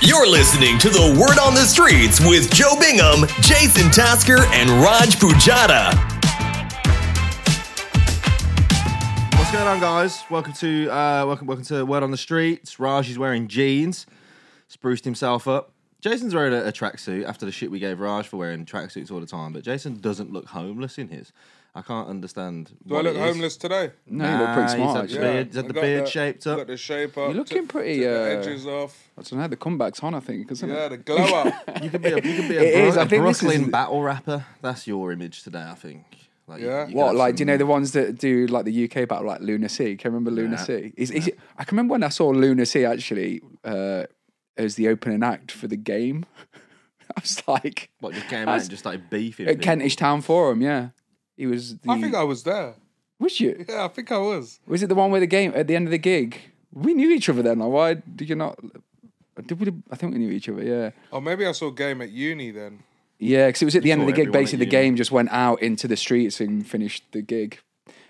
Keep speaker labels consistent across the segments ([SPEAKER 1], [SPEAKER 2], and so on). [SPEAKER 1] You're listening to the Word on the Streets with Joe Bingham, Jason Tasker, and Raj Pujada.
[SPEAKER 2] What's going on, guys? Welcome to uh, welcome welcome to Word on the Streets. Raj is wearing jeans, spruced himself up. Jason's wearing a, a tracksuit after the shit we gave Raj for wearing tracksuits all the time. But Jason doesn't look homeless in his. I can't understand.
[SPEAKER 3] Do I look homeless today?
[SPEAKER 4] No, you look pretty smart.
[SPEAKER 2] He's had
[SPEAKER 4] actually.
[SPEAKER 2] the beard, he's had
[SPEAKER 3] I
[SPEAKER 2] the
[SPEAKER 3] got
[SPEAKER 2] beard shaped up.
[SPEAKER 3] Got the shape up.
[SPEAKER 4] You're looking
[SPEAKER 3] took-
[SPEAKER 4] pretty,
[SPEAKER 3] took
[SPEAKER 4] uh,
[SPEAKER 3] the edges off.
[SPEAKER 4] I don't know. The comeback's on, I think, isn't
[SPEAKER 3] Yeah,
[SPEAKER 4] it?
[SPEAKER 3] the glow up.
[SPEAKER 2] You could be a, you could be a,
[SPEAKER 4] It
[SPEAKER 2] Bro-
[SPEAKER 4] is. I
[SPEAKER 2] a
[SPEAKER 4] think this
[SPEAKER 2] Brooklyn
[SPEAKER 4] is-
[SPEAKER 2] battle rapper. That's your image today, I think. Like, you-
[SPEAKER 3] Yeah.
[SPEAKER 2] you could
[SPEAKER 4] What
[SPEAKER 2] have
[SPEAKER 4] like do you know
[SPEAKER 2] some-
[SPEAKER 4] the ones that do like the UK battle like Lunacy? Can you remember Lunacy? Is, is it, I can remember when I saw Lunacy actually uh, as the opening act for the game. I was like
[SPEAKER 2] What just came out
[SPEAKER 4] That's-
[SPEAKER 2] and just started beefing.
[SPEAKER 4] at
[SPEAKER 2] people.
[SPEAKER 4] Kentish Town Forum. Yeah, he was. The,
[SPEAKER 3] I think I was there.
[SPEAKER 4] was you.
[SPEAKER 3] Yeah, I think I was.
[SPEAKER 4] Was it the one where the game at the end of the gig? We knew each other then. Like, why did you not? Did we? I think we knew each other. Yeah.
[SPEAKER 3] Or Oh, maybe I saw game at uni then.
[SPEAKER 4] Yeah, because it was at the end of
[SPEAKER 2] saw
[SPEAKER 4] the gig.
[SPEAKER 2] everyone at
[SPEAKER 4] Basically, the
[SPEAKER 2] uni.
[SPEAKER 4] game just went out into the streets and finished the gig.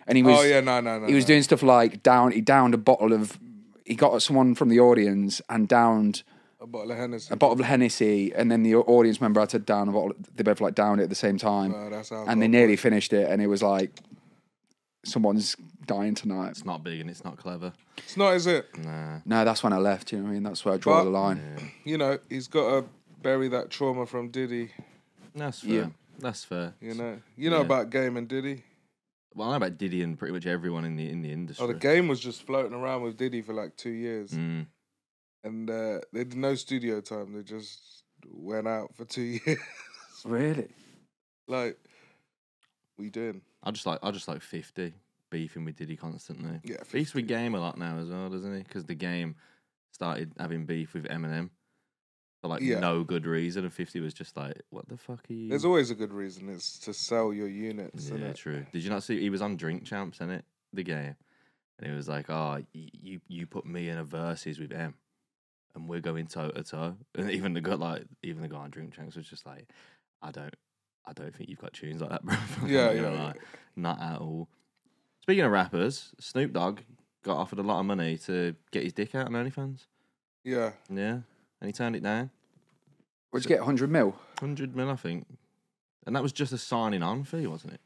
[SPEAKER 4] And he was,
[SPEAKER 3] Oh yeah, no, no, no.
[SPEAKER 4] he was
[SPEAKER 3] no.
[SPEAKER 4] doing stuff like down. He downed a bottle of. He got someone from the audience and downed
[SPEAKER 3] a bottle of Hennessy.
[SPEAKER 4] a bottle of Hennessy, and then the audience member had to down a bottle. They both like downed it at the same time,
[SPEAKER 3] Oh, that's how
[SPEAKER 4] and they
[SPEAKER 3] God
[SPEAKER 4] nearly finished it. And it was like, someone's dying tonight.
[SPEAKER 2] It's not big and it's not clever.
[SPEAKER 3] It's not, is it?
[SPEAKER 4] No, that's when I left. You know what I mean? That's where I draw
[SPEAKER 3] But-
[SPEAKER 4] the line.
[SPEAKER 3] You know, he's got to bury that trauma from Diddy.
[SPEAKER 2] That's fair.
[SPEAKER 4] Yeah.
[SPEAKER 2] That's fair.
[SPEAKER 3] You know, you know about game and Diddy.
[SPEAKER 2] Well, I know about Diddy and pretty much everyone in the in the industry.
[SPEAKER 3] Oh, the game was just floating around with Diddy for like two years,
[SPEAKER 2] Mm.
[SPEAKER 3] and uh, they did no studio time. They just went out for two years.
[SPEAKER 4] Really?
[SPEAKER 3] like, we doing?
[SPEAKER 2] I just like I just like fifty beefing with Diddy constantly.
[SPEAKER 3] Yeah,
[SPEAKER 2] beefs with Game a lot now as well, doesn't he? Because the game started having beef with Eminem for like
[SPEAKER 3] Yeah.
[SPEAKER 2] no good reason, and Fifty was just like, "What the fuck are you?"
[SPEAKER 3] There's always a good reason. It's to sell your units.
[SPEAKER 2] yeah,
[SPEAKER 3] innit?
[SPEAKER 2] true. Did you not see he was on Drink Champs in it the game, and he was like, "Oh, y- you you put me in a verses with M." And we're going toe to toe, and even the guy like even the guy on Drink Champs was just like, "I don't, I don't think you've got tunes like that, bro." I'm
[SPEAKER 3] Yeah,
[SPEAKER 2] not
[SPEAKER 3] yeah,
[SPEAKER 2] gonna
[SPEAKER 3] yeah.
[SPEAKER 2] lie. Not at all. Speaking of rappers, Snoop Dogg got offered a lot of money to get his dick out on OnlyFans.
[SPEAKER 3] yeah.
[SPEAKER 2] Yeah. And he turned it down.
[SPEAKER 4] What'd you get? Hundred mil?
[SPEAKER 2] 100 mil, I think. And that was just a signing on fee, wasn't it?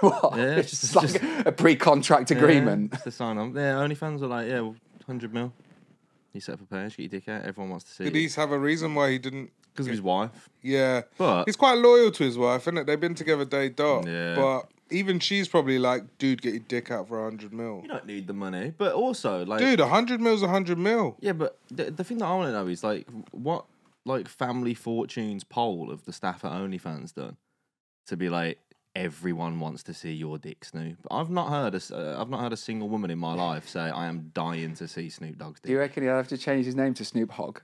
[SPEAKER 4] what?
[SPEAKER 2] Yeah,
[SPEAKER 4] it's
[SPEAKER 2] just-
[SPEAKER 4] just like
[SPEAKER 2] just-
[SPEAKER 4] a pre-contract agreement.
[SPEAKER 2] Yeah, just a sign on. Yeah, OnlyFans were like, yeah, well, 100 mil. You set up a page, get your dick out. Everyone wants to see
[SPEAKER 3] Did
[SPEAKER 2] it.
[SPEAKER 3] he have a reason why he didn't?
[SPEAKER 2] Because of his wife.
[SPEAKER 3] Yeah.
[SPEAKER 2] But-
[SPEAKER 3] he's quite loyal to his wife, isn't it? They've been together day dot.
[SPEAKER 2] Yeah.
[SPEAKER 3] But even she's probably like, dude, get your dick out for 100 mil.
[SPEAKER 2] You don't need the money. But also, like.
[SPEAKER 3] Dude, 100 mil's 100 mil.
[SPEAKER 2] Yeah, but the, the thing that I want to know is like what like family fortunes poll of the staff at OnlyFans done to be like everyone wants to see your dick, Snoop. I've not heard a s- uh, I've not heard a single woman in my life say I am dying to see Snoop Dogg's
[SPEAKER 4] Do
[SPEAKER 2] dick.
[SPEAKER 4] you reckon he'll have to change his name to Snoop Hogg?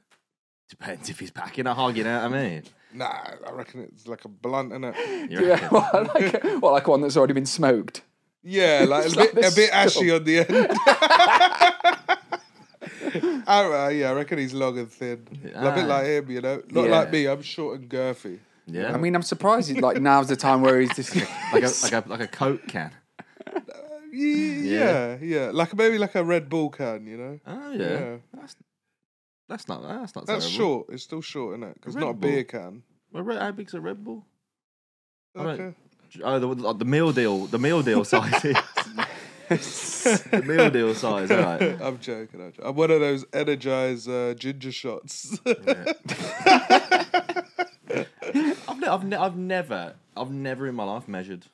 [SPEAKER 2] Depends if he's packing a hog, you know what I mean?
[SPEAKER 3] Nah, I reckon it's like a blunt, isn't it?
[SPEAKER 2] You
[SPEAKER 4] Yeah,
[SPEAKER 2] reckon?
[SPEAKER 4] well, like, well, like one that's already been smoked.
[SPEAKER 3] Yeah, like
[SPEAKER 4] It's
[SPEAKER 3] a
[SPEAKER 4] like
[SPEAKER 3] bit,
[SPEAKER 4] the
[SPEAKER 3] a bit ashy
[SPEAKER 4] skull.
[SPEAKER 3] on the end. I, uh, yeah, I reckon he's long and thin. A
[SPEAKER 2] Ah.
[SPEAKER 3] bit like him, you know? Not
[SPEAKER 2] Yeah.
[SPEAKER 3] like me, I'm short and girthy.
[SPEAKER 2] Yeah.
[SPEAKER 4] I mean, I'm surprised. he's- Like now's the time where he's just
[SPEAKER 2] like a like a like a Coke can. Yeah.
[SPEAKER 3] Yeah, yeah. Like maybe like a Red Bull can, you know?
[SPEAKER 2] Oh yeah.
[SPEAKER 3] Yeah.
[SPEAKER 2] That's that's not that's not
[SPEAKER 3] That's
[SPEAKER 2] terrible.
[SPEAKER 3] short. It's still short, isn't it? Because
[SPEAKER 2] Red
[SPEAKER 3] not a
[SPEAKER 2] Bull.
[SPEAKER 3] beer can.
[SPEAKER 2] Well, Red- how big's a Red Bull? I don't-
[SPEAKER 3] Okay.
[SPEAKER 2] Oh, the, like the meal deal, the meal deal size is. the meal deal size, all right.
[SPEAKER 3] I'm joking. I'm, joking. I'm one of those energized uh, ginger shots.
[SPEAKER 2] I've, ne- I've, ne- I've never, I've never in my life measured,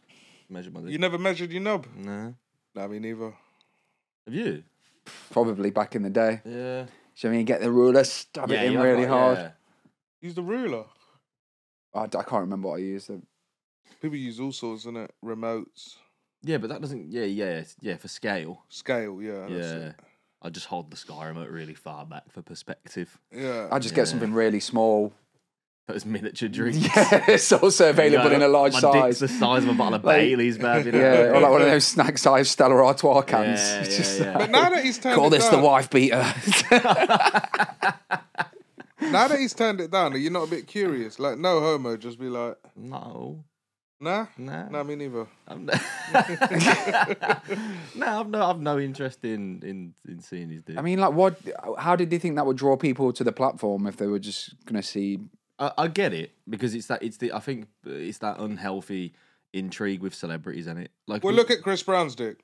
[SPEAKER 2] measured my dick.
[SPEAKER 3] you never measured your knob?
[SPEAKER 2] no.
[SPEAKER 3] Nah, me neither.
[SPEAKER 2] Have you?
[SPEAKER 4] probably back in the day.
[SPEAKER 2] Yeah.
[SPEAKER 4] So I mean, get the ruler, stab it in really hard.
[SPEAKER 3] Use the ruler.
[SPEAKER 4] I, d- I can't remember what I used. Them.
[SPEAKER 3] People use all sorts, innit? Remotes,
[SPEAKER 2] Yeah, but that doesn't. Yeah, yeah, yeah. For scale.
[SPEAKER 3] scale. Yeah. that's
[SPEAKER 2] yeah.
[SPEAKER 3] it.
[SPEAKER 2] I just hold the sky remote really far back for perspective.
[SPEAKER 3] Yeah.
[SPEAKER 4] I just get something really small.
[SPEAKER 2] Those miniature drinks.
[SPEAKER 4] Yeah, it's also available
[SPEAKER 2] You
[SPEAKER 4] in
[SPEAKER 2] know,
[SPEAKER 4] a large
[SPEAKER 2] my
[SPEAKER 4] size.
[SPEAKER 2] Dick's the size of a bottle of
[SPEAKER 4] Like-
[SPEAKER 2] Bailey's, man. You know?
[SPEAKER 4] Yeah, or like one of those snack size Stella Artois cans.
[SPEAKER 2] Yeah,
[SPEAKER 4] It's
[SPEAKER 2] yeah,
[SPEAKER 4] just
[SPEAKER 2] yeah.
[SPEAKER 3] But now that he's turned
[SPEAKER 4] Call
[SPEAKER 3] it
[SPEAKER 4] this the
[SPEAKER 3] down,
[SPEAKER 4] wife beater.
[SPEAKER 3] now that he's turned it down, are you not a bit curious? Like, no homo, just be like,
[SPEAKER 2] No.
[SPEAKER 3] Nah,
[SPEAKER 2] Nah.
[SPEAKER 3] nah, me neither.
[SPEAKER 2] I'm n- no, I've no, I've no interest in in in seeing his dick.
[SPEAKER 4] I mean, like, what? How did they think that would draw people to the platform if they were just gonna see?
[SPEAKER 2] I, I get it because it's that it's the I think it's that unhealthy intrigue with celebrities in it. Like,
[SPEAKER 3] Well, look at Chris Brown's dick.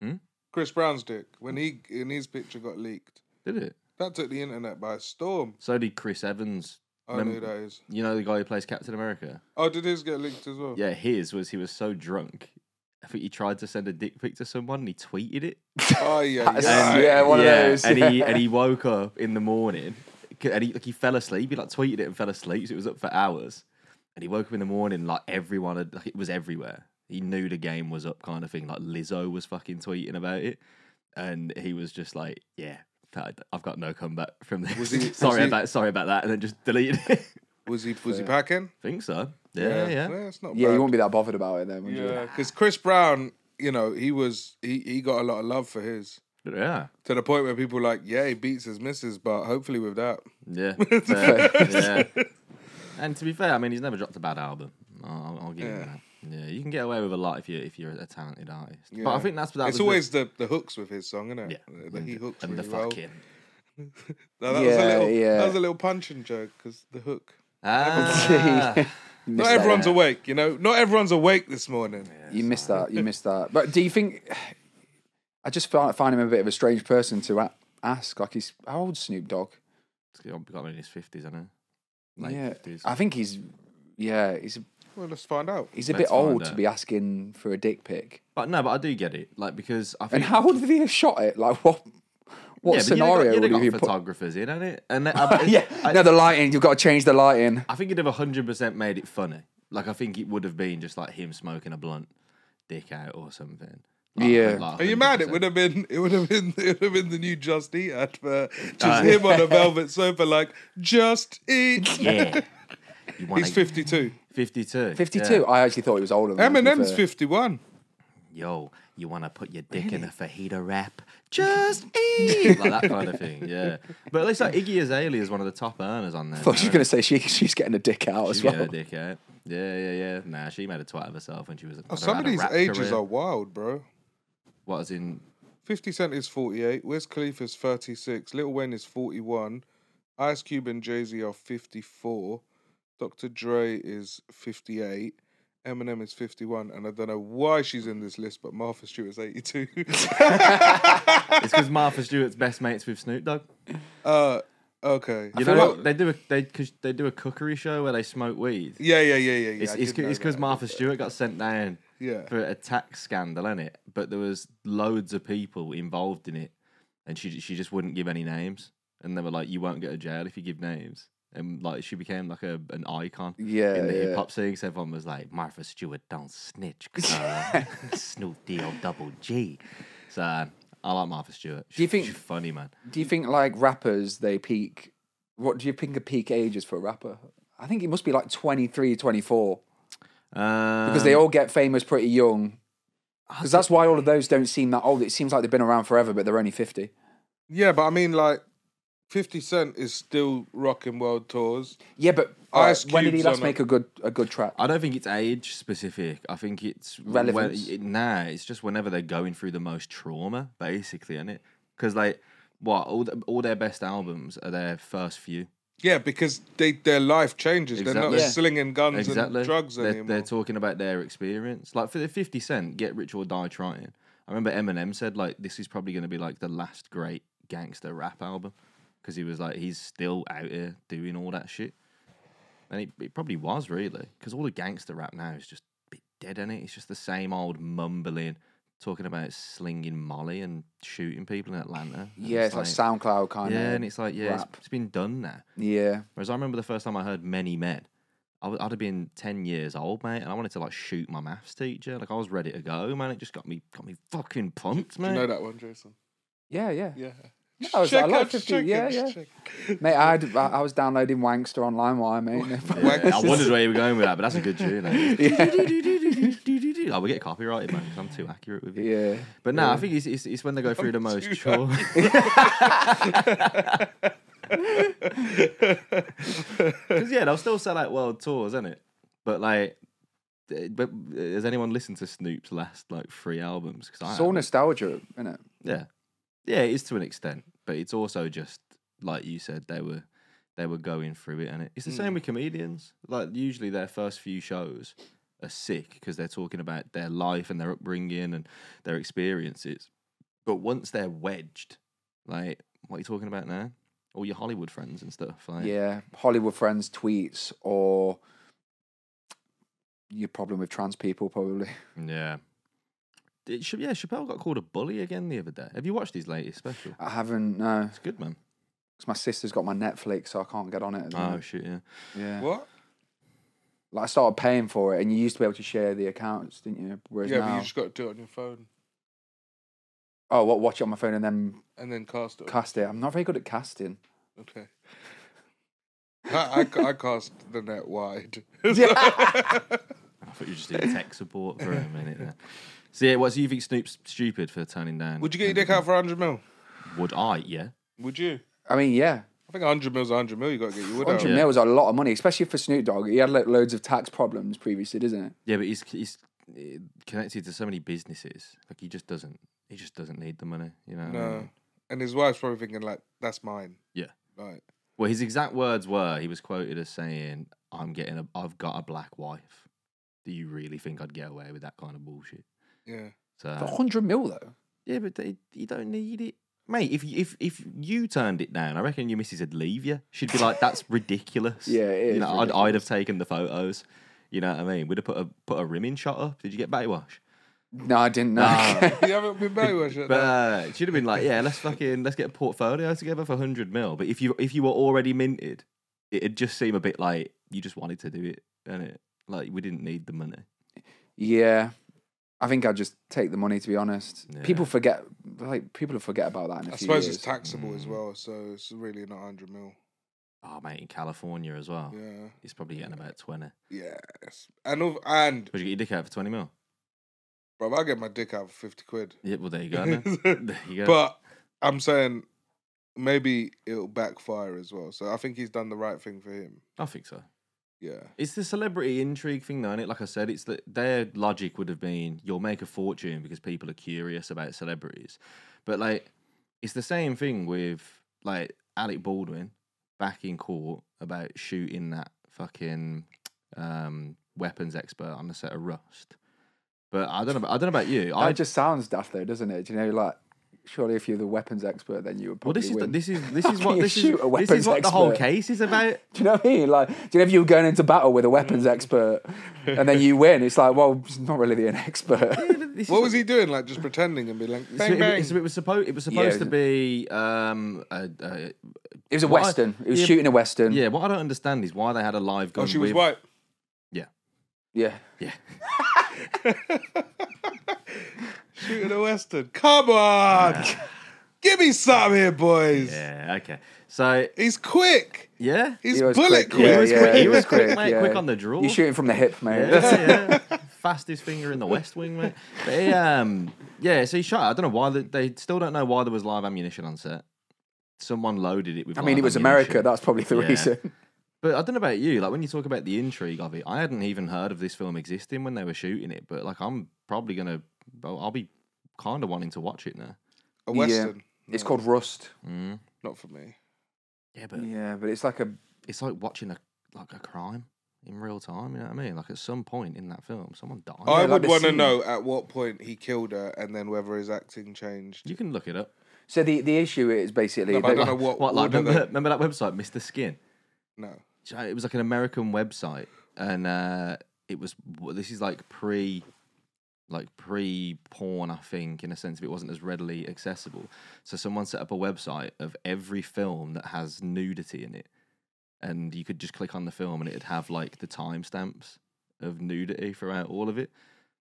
[SPEAKER 2] Hmm?
[SPEAKER 3] Chris Brown's dick when he in his picture got leaked.
[SPEAKER 2] did it?
[SPEAKER 3] That took the internet by storm.
[SPEAKER 2] So did Chris Evans.
[SPEAKER 3] I know
[SPEAKER 2] Remem-
[SPEAKER 3] who that is.
[SPEAKER 2] You know the guy who plays Captain America.
[SPEAKER 3] Oh, did his get leaked as well?
[SPEAKER 2] Yeah, his was he was so drunk. I think he tried to send a dick pic to someone. And he tweeted it.
[SPEAKER 3] Oh yeah, yeah.
[SPEAKER 4] That's- yeah, one of those,
[SPEAKER 2] And he
[SPEAKER 4] yeah.
[SPEAKER 2] and he woke up in the morning, c- and he like he fell asleep. He like tweeted it and fell asleep. So it was up for hours. And he woke up in the morning like everyone had like it was everywhere. He knew the game was up, kind of thing. Like Lizzo was fucking tweeting about it, and he was just like, "Yeah, I- I've got no comeback from this.
[SPEAKER 3] he- was
[SPEAKER 2] sorry
[SPEAKER 3] he-
[SPEAKER 2] about sorry about that," and then just deleted it.
[SPEAKER 3] Was he was he packing?
[SPEAKER 2] Think so? Yeah, yeah.
[SPEAKER 3] Well, it's not
[SPEAKER 4] Yeah,
[SPEAKER 3] bad.
[SPEAKER 4] you won't be that bothered about it then, would you?
[SPEAKER 3] Yeah, because Chris Brown, you know, he was he he got a lot of love for his
[SPEAKER 2] Yeah.
[SPEAKER 3] to the point where people were like, yeah, he beats his missus, but hopefully with that.
[SPEAKER 2] Yeah. fair, yeah. And to be fair, I mean, he's never dropped a bad album. I'll, I'll give him
[SPEAKER 3] Yeah.
[SPEAKER 2] that. Yeah, you can get away with a lot if you're if you're a talented artist.
[SPEAKER 3] you
[SPEAKER 2] But I
[SPEAKER 3] know.
[SPEAKER 2] think that's without
[SPEAKER 3] it's
[SPEAKER 2] the-
[SPEAKER 3] always the, the hooks with his song, isn't
[SPEAKER 2] yeah,
[SPEAKER 3] it? That he hooks
[SPEAKER 2] and the
[SPEAKER 3] really well.
[SPEAKER 2] fucking.
[SPEAKER 3] No, that was a
[SPEAKER 4] Yeah,
[SPEAKER 3] little
[SPEAKER 4] yeah.
[SPEAKER 3] that was a little punching joke because the hook.
[SPEAKER 2] Ah,
[SPEAKER 4] You
[SPEAKER 3] Not
[SPEAKER 4] missed that,
[SPEAKER 3] everyone's
[SPEAKER 4] yeah.
[SPEAKER 3] awake, you know. Not everyone's awake this morning.
[SPEAKER 4] You missed that. You missed that. But do you think? I just find, find him a bit of a strange person to a- ask. Like he's how old Snoop Dogg?
[SPEAKER 2] He's got in his fifties, I know. Late
[SPEAKER 4] yeah,
[SPEAKER 2] 50s.
[SPEAKER 4] I think he's. Yeah, he's
[SPEAKER 3] Well, let's find out.
[SPEAKER 4] he's a
[SPEAKER 2] Let's
[SPEAKER 4] bit old
[SPEAKER 2] find
[SPEAKER 4] to
[SPEAKER 2] out.
[SPEAKER 4] be asking for a dick pic.
[SPEAKER 2] But no, but I do get it, like because I think
[SPEAKER 4] And how would they have shot it? Like what? What
[SPEAKER 2] yeah, but you'd have
[SPEAKER 4] scenario
[SPEAKER 2] got, you'd
[SPEAKER 4] would
[SPEAKER 2] have
[SPEAKER 4] you
[SPEAKER 2] got
[SPEAKER 4] put?
[SPEAKER 2] photographers in, and it and I,
[SPEAKER 4] Yeah,
[SPEAKER 2] I,
[SPEAKER 4] no, the lighting. You've got to change the lighting.
[SPEAKER 2] I think it'd have hundred percent made it funny. Like I think it would have been just like him smoking a blunt, dick out or something. Like,
[SPEAKER 4] Yeah.
[SPEAKER 2] like
[SPEAKER 3] Are you mad? It
[SPEAKER 2] 100%.
[SPEAKER 3] would have been it would have been it would have been the new Just Eat advert. Just
[SPEAKER 2] Uh,
[SPEAKER 3] him on a velvet sofa, like Just Eat.
[SPEAKER 2] Yeah. You wanna-
[SPEAKER 3] He's fifty two.
[SPEAKER 2] 52.
[SPEAKER 4] Fifty-two.
[SPEAKER 2] yeah.
[SPEAKER 4] I actually thought he was older. Than that, to be
[SPEAKER 3] Eminem's
[SPEAKER 4] fair.
[SPEAKER 3] fifty one.
[SPEAKER 2] Yo, you want to put your dick in a fajita wrap? Just eat. like that kind of thing, yeah. But at least like Iggy Azalea is one of the top earners on there.
[SPEAKER 4] I thought she was going to say she, she's getting a dick out as
[SPEAKER 2] She
[SPEAKER 4] well.
[SPEAKER 2] got her dick out. Yeah, yeah, yeah. Nah, she made a twat of herself when she was.
[SPEAKER 3] Oh, some of these ages are wild, bro.
[SPEAKER 2] What is in?
[SPEAKER 3] Fifty Cent is forty eight. Wiz Khalifa's thirty six. Lil Wayne is forty one. Ice Cube and Jay Z are fifty four. Dr. Dre is fifty eight. Eminem is fifty one, and I don't know why she's in this list, but Martha Stewart is eighty two.
[SPEAKER 2] It's because Martha Stewart's best mates with Snoop Dogg.
[SPEAKER 3] uh, okay.
[SPEAKER 2] You know, what? they do a they cause they do a cookery show where they smoke weed.
[SPEAKER 3] Yeah, yeah, yeah, yeah. yeah.
[SPEAKER 2] It's
[SPEAKER 3] I
[SPEAKER 2] it's
[SPEAKER 3] did know
[SPEAKER 2] because
[SPEAKER 3] that.
[SPEAKER 2] Martha Stewart got sent down
[SPEAKER 3] Yeah.
[SPEAKER 2] for a tax scandal, in it? But there was loads of people involved in it, and she she just wouldn't give any names, and they were like, "You won't go to jail if you give names." And like she became like a an icon
[SPEAKER 4] Yeah,
[SPEAKER 2] in the
[SPEAKER 4] yeah.
[SPEAKER 2] hip hop scene. 'cause everyone was like, "Martha Stewart, don't snitch, girl." Snoop D O double G. So I like Martha Stewart. She,
[SPEAKER 4] you think-
[SPEAKER 2] she's funny, man?
[SPEAKER 4] Do you think like rappers they peak? What do you think a peak age is for a rapper? I think it must be like 23, 24
[SPEAKER 2] Um,
[SPEAKER 4] because they all get famous pretty young. Because that's why all of those don't seem that old. It seems like they've been around forever, but they're only fifty.
[SPEAKER 3] Yeah, but I mean, like, 50 Cent is still rocking world tours.
[SPEAKER 4] Yeah, but
[SPEAKER 3] Ice
[SPEAKER 4] uh, when did he
[SPEAKER 3] Cube's
[SPEAKER 4] last
[SPEAKER 3] on a-
[SPEAKER 4] make a good a good track?
[SPEAKER 2] I don't think it's age specific. I think it's when-
[SPEAKER 4] Relevance.
[SPEAKER 2] it- nah, it's just whenever they're going through the most trauma, basically, is it? Because like, what all the, all their best albums are their first few.
[SPEAKER 3] Yeah, because they their life changes. They're not
[SPEAKER 2] Exactly. Yeah.
[SPEAKER 3] slinging guns
[SPEAKER 2] Exactly.
[SPEAKER 3] and drugs
[SPEAKER 2] they're,
[SPEAKER 3] anymore.
[SPEAKER 2] they're talking about their experience. Like for the Fifty Cent, "Get Rich or Die Trying." I remember Eminem said like, "This is probably going to be like the last great gangster rap album," because he was like, he's still out here doing all that shit, and it, it probably was really because all the gangster rap now is just a bit dead in it. It's just the same old mumbling, talking about slinging Molly and shooting people in Atlanta. And
[SPEAKER 4] yeah, it's like, SoundCloud kind of.
[SPEAKER 2] yeah, and it's like yeah, it's-
[SPEAKER 4] rap.
[SPEAKER 2] it's been done now.
[SPEAKER 4] yeah.
[SPEAKER 2] Whereas I remember the first time I heard Many Men, I would, I'd have been 10 years old, mate, and I wanted to like shoot my maths teacher. Like I was ready to go, man. It just got me got me fucking pumped,
[SPEAKER 3] you
[SPEAKER 2] man.
[SPEAKER 3] know that one, Jason?
[SPEAKER 4] yeah, yeah,
[SPEAKER 3] Yeah.
[SPEAKER 4] I was- I
[SPEAKER 3] Check
[SPEAKER 4] like
[SPEAKER 3] it,
[SPEAKER 4] 50,
[SPEAKER 3] check it,
[SPEAKER 4] yeah, yeah.
[SPEAKER 3] check it.
[SPEAKER 4] Mate, I, had, I I was downloading Wankster on LimeWire, mate.
[SPEAKER 2] Yeah, I wondered where you were going with that, but that's a good tune. Like. I would get copyrighted, man, because I'm too accurate with it.
[SPEAKER 4] yeah.
[SPEAKER 2] But no, I think it's, it's, it's when they go through the most chore. Because yeah, they'll still sell like world tours, isn't it? But like uh, but has anyone listened to Snoop's last like three albums? Because I
[SPEAKER 4] It's all
[SPEAKER 2] haven't.
[SPEAKER 4] nostalgia, isn't it?
[SPEAKER 2] yeah, yeah, it is to an extent, but it's also just like you said, they were they were going through it, and it, it's the
[SPEAKER 4] Hmm.
[SPEAKER 2] same with comedians. Like usually their first few shows are sick because they're talking about their life and their upbringing and their experiences, but once they're wedged, like what are you talking about now? All your Hollywood friends and stuff, like
[SPEAKER 4] Yeah, Hollywood friends tweets or your problem with trans people probably.
[SPEAKER 2] Yeah. It should, yeah, Chappelle got called a bully again the other day. Have you watched his latest special?
[SPEAKER 4] I haven't no,
[SPEAKER 2] It's good, man.
[SPEAKER 4] 'cause my sister's got my Netflix, so I can't get on it. at the
[SPEAKER 2] Oh
[SPEAKER 4] minute.
[SPEAKER 2] shit, yeah.
[SPEAKER 4] yeah.
[SPEAKER 3] What?
[SPEAKER 4] Like I started paying for it, and you used to be able to share the accounts, didn't you? Whereas
[SPEAKER 3] yeah, but
[SPEAKER 4] now,
[SPEAKER 3] you just got to do it on your phone
[SPEAKER 4] oh, what? Watch it on my phone and then
[SPEAKER 3] and then cast it.
[SPEAKER 4] cast it. I'm not very good at casting.
[SPEAKER 3] Okay. I, I, I cast the net wide.
[SPEAKER 2] I thought you just did tech support for a minute there. So yeah, what do you think Snoop's stupid for turning down?
[SPEAKER 3] Would you get your dick out for 100 mil?
[SPEAKER 2] Would I? Yeah.
[SPEAKER 3] Would you?
[SPEAKER 4] I mean, yeah,
[SPEAKER 3] I think 100 mil's 100 mil. You got to get your wood out.
[SPEAKER 4] 100
[SPEAKER 2] Yeah.
[SPEAKER 4] mil is a lot of money, especially for Snoop Dogg. He had like, loads of tax problems previously, doesn't it?
[SPEAKER 2] Yeah, but he's he's eh, connected to so many businesses. Like he just doesn't he just doesn't need the money. You know. what I mean?
[SPEAKER 3] No. And his wife's probably thinking, like, that's mine.
[SPEAKER 2] Yeah.
[SPEAKER 3] Right.
[SPEAKER 2] Well, his exact words were he was quoted as saying, "I'm getting a I've got a black wife. Do you really think I'd get away with that kind of bullshit?"
[SPEAKER 3] Yeah.
[SPEAKER 2] So
[SPEAKER 4] For 100 mil though.
[SPEAKER 2] Yeah, but they, you don't need it, mate. If you- if if you turned it down, I reckon your missus would leave you. She'd be like, "That's ridiculous."
[SPEAKER 4] Yeah, it
[SPEAKER 2] you
[SPEAKER 4] is
[SPEAKER 2] know, I'd, I'd have taken the photos. You know what I mean? We'd have put a put a rimming shot up. Did you get Baywatch?
[SPEAKER 4] No, I didn't know.
[SPEAKER 3] You haven't been Baywatch yet.
[SPEAKER 2] But
[SPEAKER 3] though.
[SPEAKER 2] uh, she'd have been like, "Yeah, let's fucking let's get a portfolio together for hundred mil." But if you if you were already minted, it'd just seem a bit like you just wanted to do it, and it like we didn't need the money.
[SPEAKER 4] yeah. I think I'd just take the money to be honest.
[SPEAKER 2] Yeah.
[SPEAKER 4] People forget like people forget about that in a
[SPEAKER 3] I
[SPEAKER 4] few
[SPEAKER 3] suppose
[SPEAKER 4] years.
[SPEAKER 3] it's taxable as well, so it's really not 100 mil.
[SPEAKER 2] Oh, mate, in California as well,
[SPEAKER 3] Yeah.
[SPEAKER 2] it's probably getting about twenty.
[SPEAKER 3] Yes. And, of- and
[SPEAKER 2] Would you get your dick out for twenty mil?
[SPEAKER 3] bro, I get my dick out for 50 quid.
[SPEAKER 2] Yeah, well, there you go. man. There you go.
[SPEAKER 3] But I'm saying maybe it'll backfire as well. So I think he's done the right thing for him.
[SPEAKER 2] I think so.
[SPEAKER 3] Yeah.
[SPEAKER 2] It's the celebrity intrigue thing, though, and it like I said, it's that their logic would have been you'll make a fortune because people are curious about celebrities, but like it's the same thing with like Alec Baldwin back in court about shooting that fucking um, weapons expert on the set of Rust. But I don't know. I don't know about you.
[SPEAKER 4] That
[SPEAKER 2] I
[SPEAKER 4] just sounds daft though, doesn't it? Do you know, like surely if you're the weapons expert then you would
[SPEAKER 2] well,
[SPEAKER 4] probably
[SPEAKER 2] this is the,
[SPEAKER 4] win.
[SPEAKER 2] this is this is what
[SPEAKER 4] You
[SPEAKER 2] this is
[SPEAKER 4] shoot a
[SPEAKER 2] this is
[SPEAKER 4] weapons
[SPEAKER 2] what the whole
[SPEAKER 4] expert.
[SPEAKER 2] case is about.
[SPEAKER 4] Do you know what I mean? Like, do you know if you were going into battle with a weapons
[SPEAKER 2] Mm.
[SPEAKER 4] expert and then you win, it's like, well, it's not really an expert.
[SPEAKER 2] This
[SPEAKER 3] What
[SPEAKER 2] is-
[SPEAKER 3] was he doing? Like just pretending and being like,
[SPEAKER 2] So
[SPEAKER 3] bang,
[SPEAKER 2] it,
[SPEAKER 3] bang.
[SPEAKER 2] so it was supposed it was
[SPEAKER 4] Yeah,
[SPEAKER 2] supposed to
[SPEAKER 4] it-
[SPEAKER 2] be um a, a,
[SPEAKER 4] It was a
[SPEAKER 2] What I-
[SPEAKER 4] western. He was
[SPEAKER 2] yeah,
[SPEAKER 4] shooting a western.
[SPEAKER 2] yeah. What I don't understand is why they had a live gun.
[SPEAKER 3] oh, she was
[SPEAKER 2] with-
[SPEAKER 3] white.
[SPEAKER 2] Yeah,
[SPEAKER 4] yeah.
[SPEAKER 2] yeah.
[SPEAKER 3] Shooting a Western. Come on. Give me some here, boys.
[SPEAKER 2] Yeah. Okay. So
[SPEAKER 3] He's quick.
[SPEAKER 2] yeah.
[SPEAKER 3] He's
[SPEAKER 4] He was
[SPEAKER 3] bullet quick.
[SPEAKER 4] quick, yeah,
[SPEAKER 2] He was
[SPEAKER 4] yeah,
[SPEAKER 2] quick, he
[SPEAKER 4] he
[SPEAKER 2] was
[SPEAKER 4] was
[SPEAKER 2] quick,
[SPEAKER 4] quick,
[SPEAKER 2] mate,
[SPEAKER 4] yeah.
[SPEAKER 2] quick on the draw.
[SPEAKER 4] You're shooting from the hip, mate.
[SPEAKER 2] yeah, yeah. Fastest finger in the West Wing, mate. But he, um, yeah. So he shot. I don't know why they, they still don't know why there was live ammunition on set. Someone loaded it with.
[SPEAKER 4] I mean,
[SPEAKER 2] live
[SPEAKER 4] it was
[SPEAKER 2] ammunition.
[SPEAKER 4] America. That's probably the
[SPEAKER 2] Yeah.
[SPEAKER 4] reason.
[SPEAKER 2] But I don't know about you, like when you talk about the intrigue of it, I hadn't even heard of this film existing when they were shooting it. But like, I'm probably gonna, I'll I'll be kind of wanting to watch it now.
[SPEAKER 3] A Western.
[SPEAKER 4] Yeah. It's called Rust.
[SPEAKER 2] Mm.
[SPEAKER 3] Not for me.
[SPEAKER 2] Yeah, but
[SPEAKER 4] Yeah, but it's like a.
[SPEAKER 2] it's like watching a like a crime in real time. You know what I mean? Like at some point in that film, someone died.
[SPEAKER 3] I
[SPEAKER 4] like
[SPEAKER 3] would
[SPEAKER 4] the
[SPEAKER 3] want to
[SPEAKER 4] scene.
[SPEAKER 3] know at what point he killed her and then whether his acting changed.
[SPEAKER 2] you can look it up.
[SPEAKER 4] So the, the issue is basically.
[SPEAKER 3] No, but I don't
[SPEAKER 4] that-
[SPEAKER 3] know what.
[SPEAKER 2] What like
[SPEAKER 3] order
[SPEAKER 2] remember,
[SPEAKER 3] they-
[SPEAKER 2] remember that website, Mr. Skin?
[SPEAKER 3] No.
[SPEAKER 2] So It was like an American website, and uh, it was this is like pre, like pre porn, I think, in a sense, if it wasn't as readily accessible. So someone set up a website of every film that has nudity in it, and you could just click on the film, and it'd have like the timestamps of nudity throughout all of it.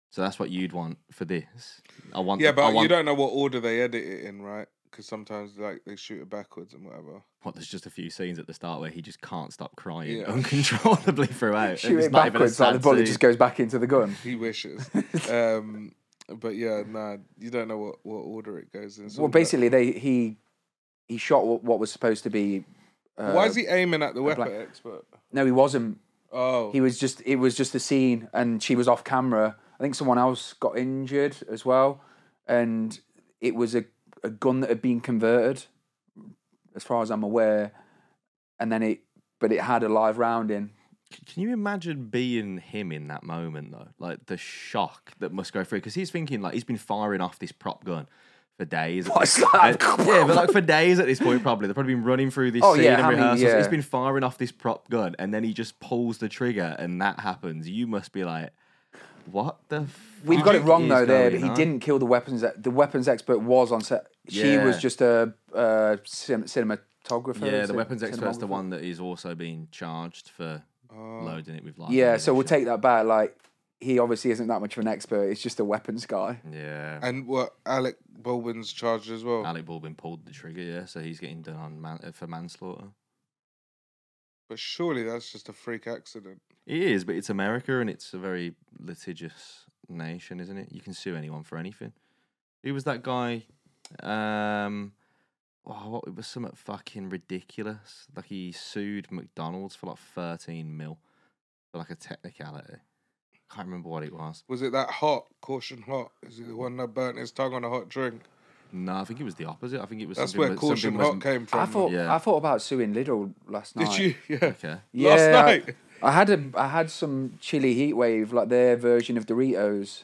[SPEAKER 2] So that's what you'd want for this. I want.
[SPEAKER 3] Yeah,
[SPEAKER 2] the- I
[SPEAKER 3] but
[SPEAKER 2] want,
[SPEAKER 3] you don't know what order they edit it in, right? Because sometimes like they shoot it backwards and whatever.
[SPEAKER 2] What, there's just a few scenes at the start where he just can't stop crying
[SPEAKER 3] Yeah.
[SPEAKER 2] uncontrollably throughout.
[SPEAKER 4] Shoot
[SPEAKER 2] It's
[SPEAKER 4] it
[SPEAKER 2] not even a
[SPEAKER 4] backwards, like the
[SPEAKER 2] sad
[SPEAKER 4] bullet
[SPEAKER 2] scene.
[SPEAKER 4] just goes back into the gun.
[SPEAKER 3] He wishes. um, but yeah, nah, you don't know what, what order it goes in. It's all
[SPEAKER 4] Well,
[SPEAKER 3] about-
[SPEAKER 4] basically, they he he shot what, what was supposed to be. Uh,
[SPEAKER 3] why is he aiming at the weapon
[SPEAKER 4] black-
[SPEAKER 3] expert?
[SPEAKER 4] No, he wasn't.
[SPEAKER 3] Oh,
[SPEAKER 4] He was just it was just a scene, and she was off camera. I think someone else got injured as well, and it was a a gun that had been converted, as far as I'm aware, and then it but it had a live round in.
[SPEAKER 2] Can you imagine being him in that moment though? Like the shock that must go through because he's thinking like he's been firing off this prop gun for days.
[SPEAKER 4] What, it's like-
[SPEAKER 2] Uh, yeah, but like for days at this point, probably they've probably been running through this
[SPEAKER 4] Oh,
[SPEAKER 2] scene
[SPEAKER 4] yeah,
[SPEAKER 2] and
[SPEAKER 4] how many-
[SPEAKER 2] rehearsals.
[SPEAKER 4] yeah.
[SPEAKER 2] He's been firing off this prop gun, and then he just pulls the trigger, and that happens. You must be like, what the?
[SPEAKER 4] We've got it
[SPEAKER 2] fuck
[SPEAKER 4] wrong
[SPEAKER 2] is
[SPEAKER 4] though there,
[SPEAKER 2] going
[SPEAKER 4] but he
[SPEAKER 2] on?
[SPEAKER 4] didn't kill the weapons. ex- The weapons expert was on set. She was
[SPEAKER 2] Yeah.
[SPEAKER 4] just a, uh cin- cinematographer.
[SPEAKER 2] Yeah, the
[SPEAKER 4] cin-
[SPEAKER 2] weapons expert's the
[SPEAKER 4] cinematographer.
[SPEAKER 2] one that he's also been charged for
[SPEAKER 3] oh.
[SPEAKER 2] loading it with like.
[SPEAKER 4] Yeah, so we'll take that back. Like he obviously isn't that much of an expert. It's just a weapons guy.
[SPEAKER 2] Yeah.
[SPEAKER 3] and what Alec Baldwin's charged as well.
[SPEAKER 2] Alec Baldwin pulled the trigger, yeah, so he's getting done on man- uh, for manslaughter.
[SPEAKER 3] But surely that's just a freak accident.
[SPEAKER 2] It is, but it's America and it's a very litigious nation, isn't it? You can sue anyone for anything. Who was that guy? Um, oh, what it was something fucking ridiculous. Like he sued McDonald's for like thirteen mil for like a technicality. Can't remember what it was.
[SPEAKER 3] Was it that hot caution hot? Is it the one that burnt his tongue on a hot drink?
[SPEAKER 2] No, I think it was the opposite. I think it was
[SPEAKER 3] That's
[SPEAKER 2] something
[SPEAKER 3] where
[SPEAKER 2] with-
[SPEAKER 3] caution
[SPEAKER 2] something was-
[SPEAKER 3] hot came from.
[SPEAKER 4] I thought
[SPEAKER 2] Yeah.
[SPEAKER 4] I thought about suing Lidl last night.
[SPEAKER 3] Did you? Yeah.
[SPEAKER 2] Okay.
[SPEAKER 4] Yeah,
[SPEAKER 3] Last
[SPEAKER 4] I-
[SPEAKER 3] night.
[SPEAKER 4] I, had a I had some chili heat wave, like their version of Doritos.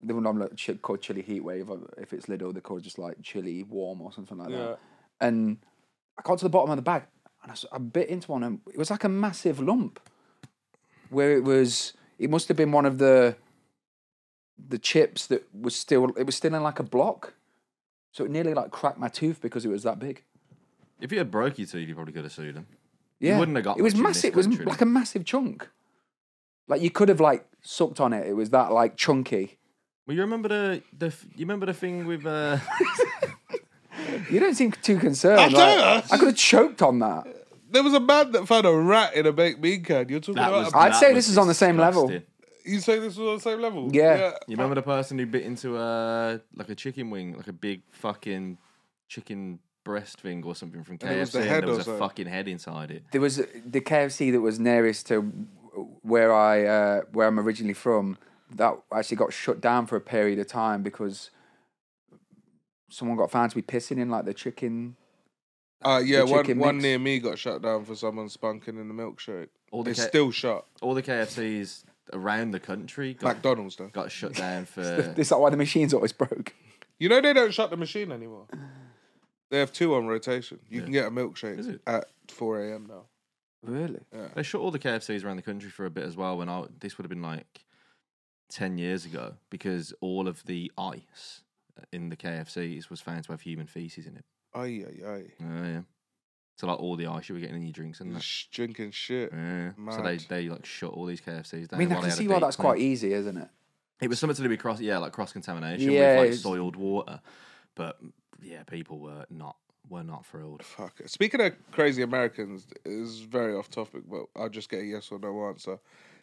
[SPEAKER 4] The one I'm like, chi- called chili heat wave. uh, If it's Lidl, they're called just like chili warm or something like that. And I got to the bottom of the bag and I, s- I bit into one, and it was like a massive lump. Where it was, it must have been one of the the chips that was still. It was still in like a block, so it nearly like cracked my tooth because it was that big.
[SPEAKER 2] If you had broke your tooth, you probably could have sued him.
[SPEAKER 4] Yeah,
[SPEAKER 2] wouldn't have got
[SPEAKER 4] It
[SPEAKER 2] much
[SPEAKER 4] was
[SPEAKER 2] in this
[SPEAKER 4] massive. It was
[SPEAKER 2] country.
[SPEAKER 4] like a massive chunk. Like you could have like sucked on it. It was that like chunky.
[SPEAKER 2] Well, you remember the the f- you remember the thing with uh,
[SPEAKER 4] You don't seem too concerned. I,
[SPEAKER 3] don't.
[SPEAKER 4] I could have choked on that.
[SPEAKER 3] There was a man that found a rat in a baked bean can. You're talking
[SPEAKER 2] that
[SPEAKER 3] about.
[SPEAKER 2] was.
[SPEAKER 3] a-
[SPEAKER 4] I'd
[SPEAKER 2] that
[SPEAKER 4] say
[SPEAKER 2] was
[SPEAKER 4] this is on the same level.
[SPEAKER 2] disgusting.
[SPEAKER 3] you say this was on the same level?
[SPEAKER 4] Yeah.
[SPEAKER 2] You remember the person who bit into a like a chicken wing, like a big fucking chicken breast thing or something from KFC,
[SPEAKER 3] And it
[SPEAKER 2] and,
[SPEAKER 3] was the head
[SPEAKER 2] there was
[SPEAKER 3] or
[SPEAKER 2] a
[SPEAKER 3] something.
[SPEAKER 2] fucking head inside it.
[SPEAKER 4] There was the KFC that was nearest to where I uh, where I'm originally from. That actually got shut down for a period of time because someone got found to be pissing in like the chicken.
[SPEAKER 3] Uh, yeah.
[SPEAKER 4] The
[SPEAKER 3] One,
[SPEAKER 4] chicken
[SPEAKER 3] one
[SPEAKER 4] mix.
[SPEAKER 3] near me got shut down for someone spunking in the milkshake.
[SPEAKER 2] All the
[SPEAKER 3] It's
[SPEAKER 2] ca-
[SPEAKER 3] still shut.
[SPEAKER 2] All the KFCs around the country got,
[SPEAKER 3] McDonald's though.
[SPEAKER 2] got shut down for.
[SPEAKER 4] Is that why the machine's always broke?
[SPEAKER 3] You know they don't shut the machine anymore. They have two on rotation. You can get a milkshake
[SPEAKER 2] Is it?
[SPEAKER 3] at 4 a.m. now.
[SPEAKER 4] Really?
[SPEAKER 2] They shut all the KFCs around the country for a bit as well. When I this would have been like ten years ago, because all of the ice in the KFCs was found to have human feces in it.
[SPEAKER 3] Ay ay
[SPEAKER 2] Oh, yeah. So like all the ice you were getting in your drinks and
[SPEAKER 3] ay.
[SPEAKER 2] that.
[SPEAKER 3] Sh- Drinking shit.
[SPEAKER 2] Yeah. So they
[SPEAKER 3] Mad.
[SPEAKER 2] they like shut all these KFCs down.
[SPEAKER 4] I mean, I
[SPEAKER 2] while they had a
[SPEAKER 4] can see why
[SPEAKER 2] deep
[SPEAKER 4] that's
[SPEAKER 2] clean.
[SPEAKER 4] quite e- easy, isn't it?
[SPEAKER 2] It was something to do with cross, yeah, like cross contamination
[SPEAKER 4] Yeah,
[SPEAKER 2] with like
[SPEAKER 4] it's-
[SPEAKER 2] soiled water, but yeah, people were not were not thrilled.
[SPEAKER 3] Fuck. Speaking of crazy Americans, is very off topic, but I'll just get a yes or no answer.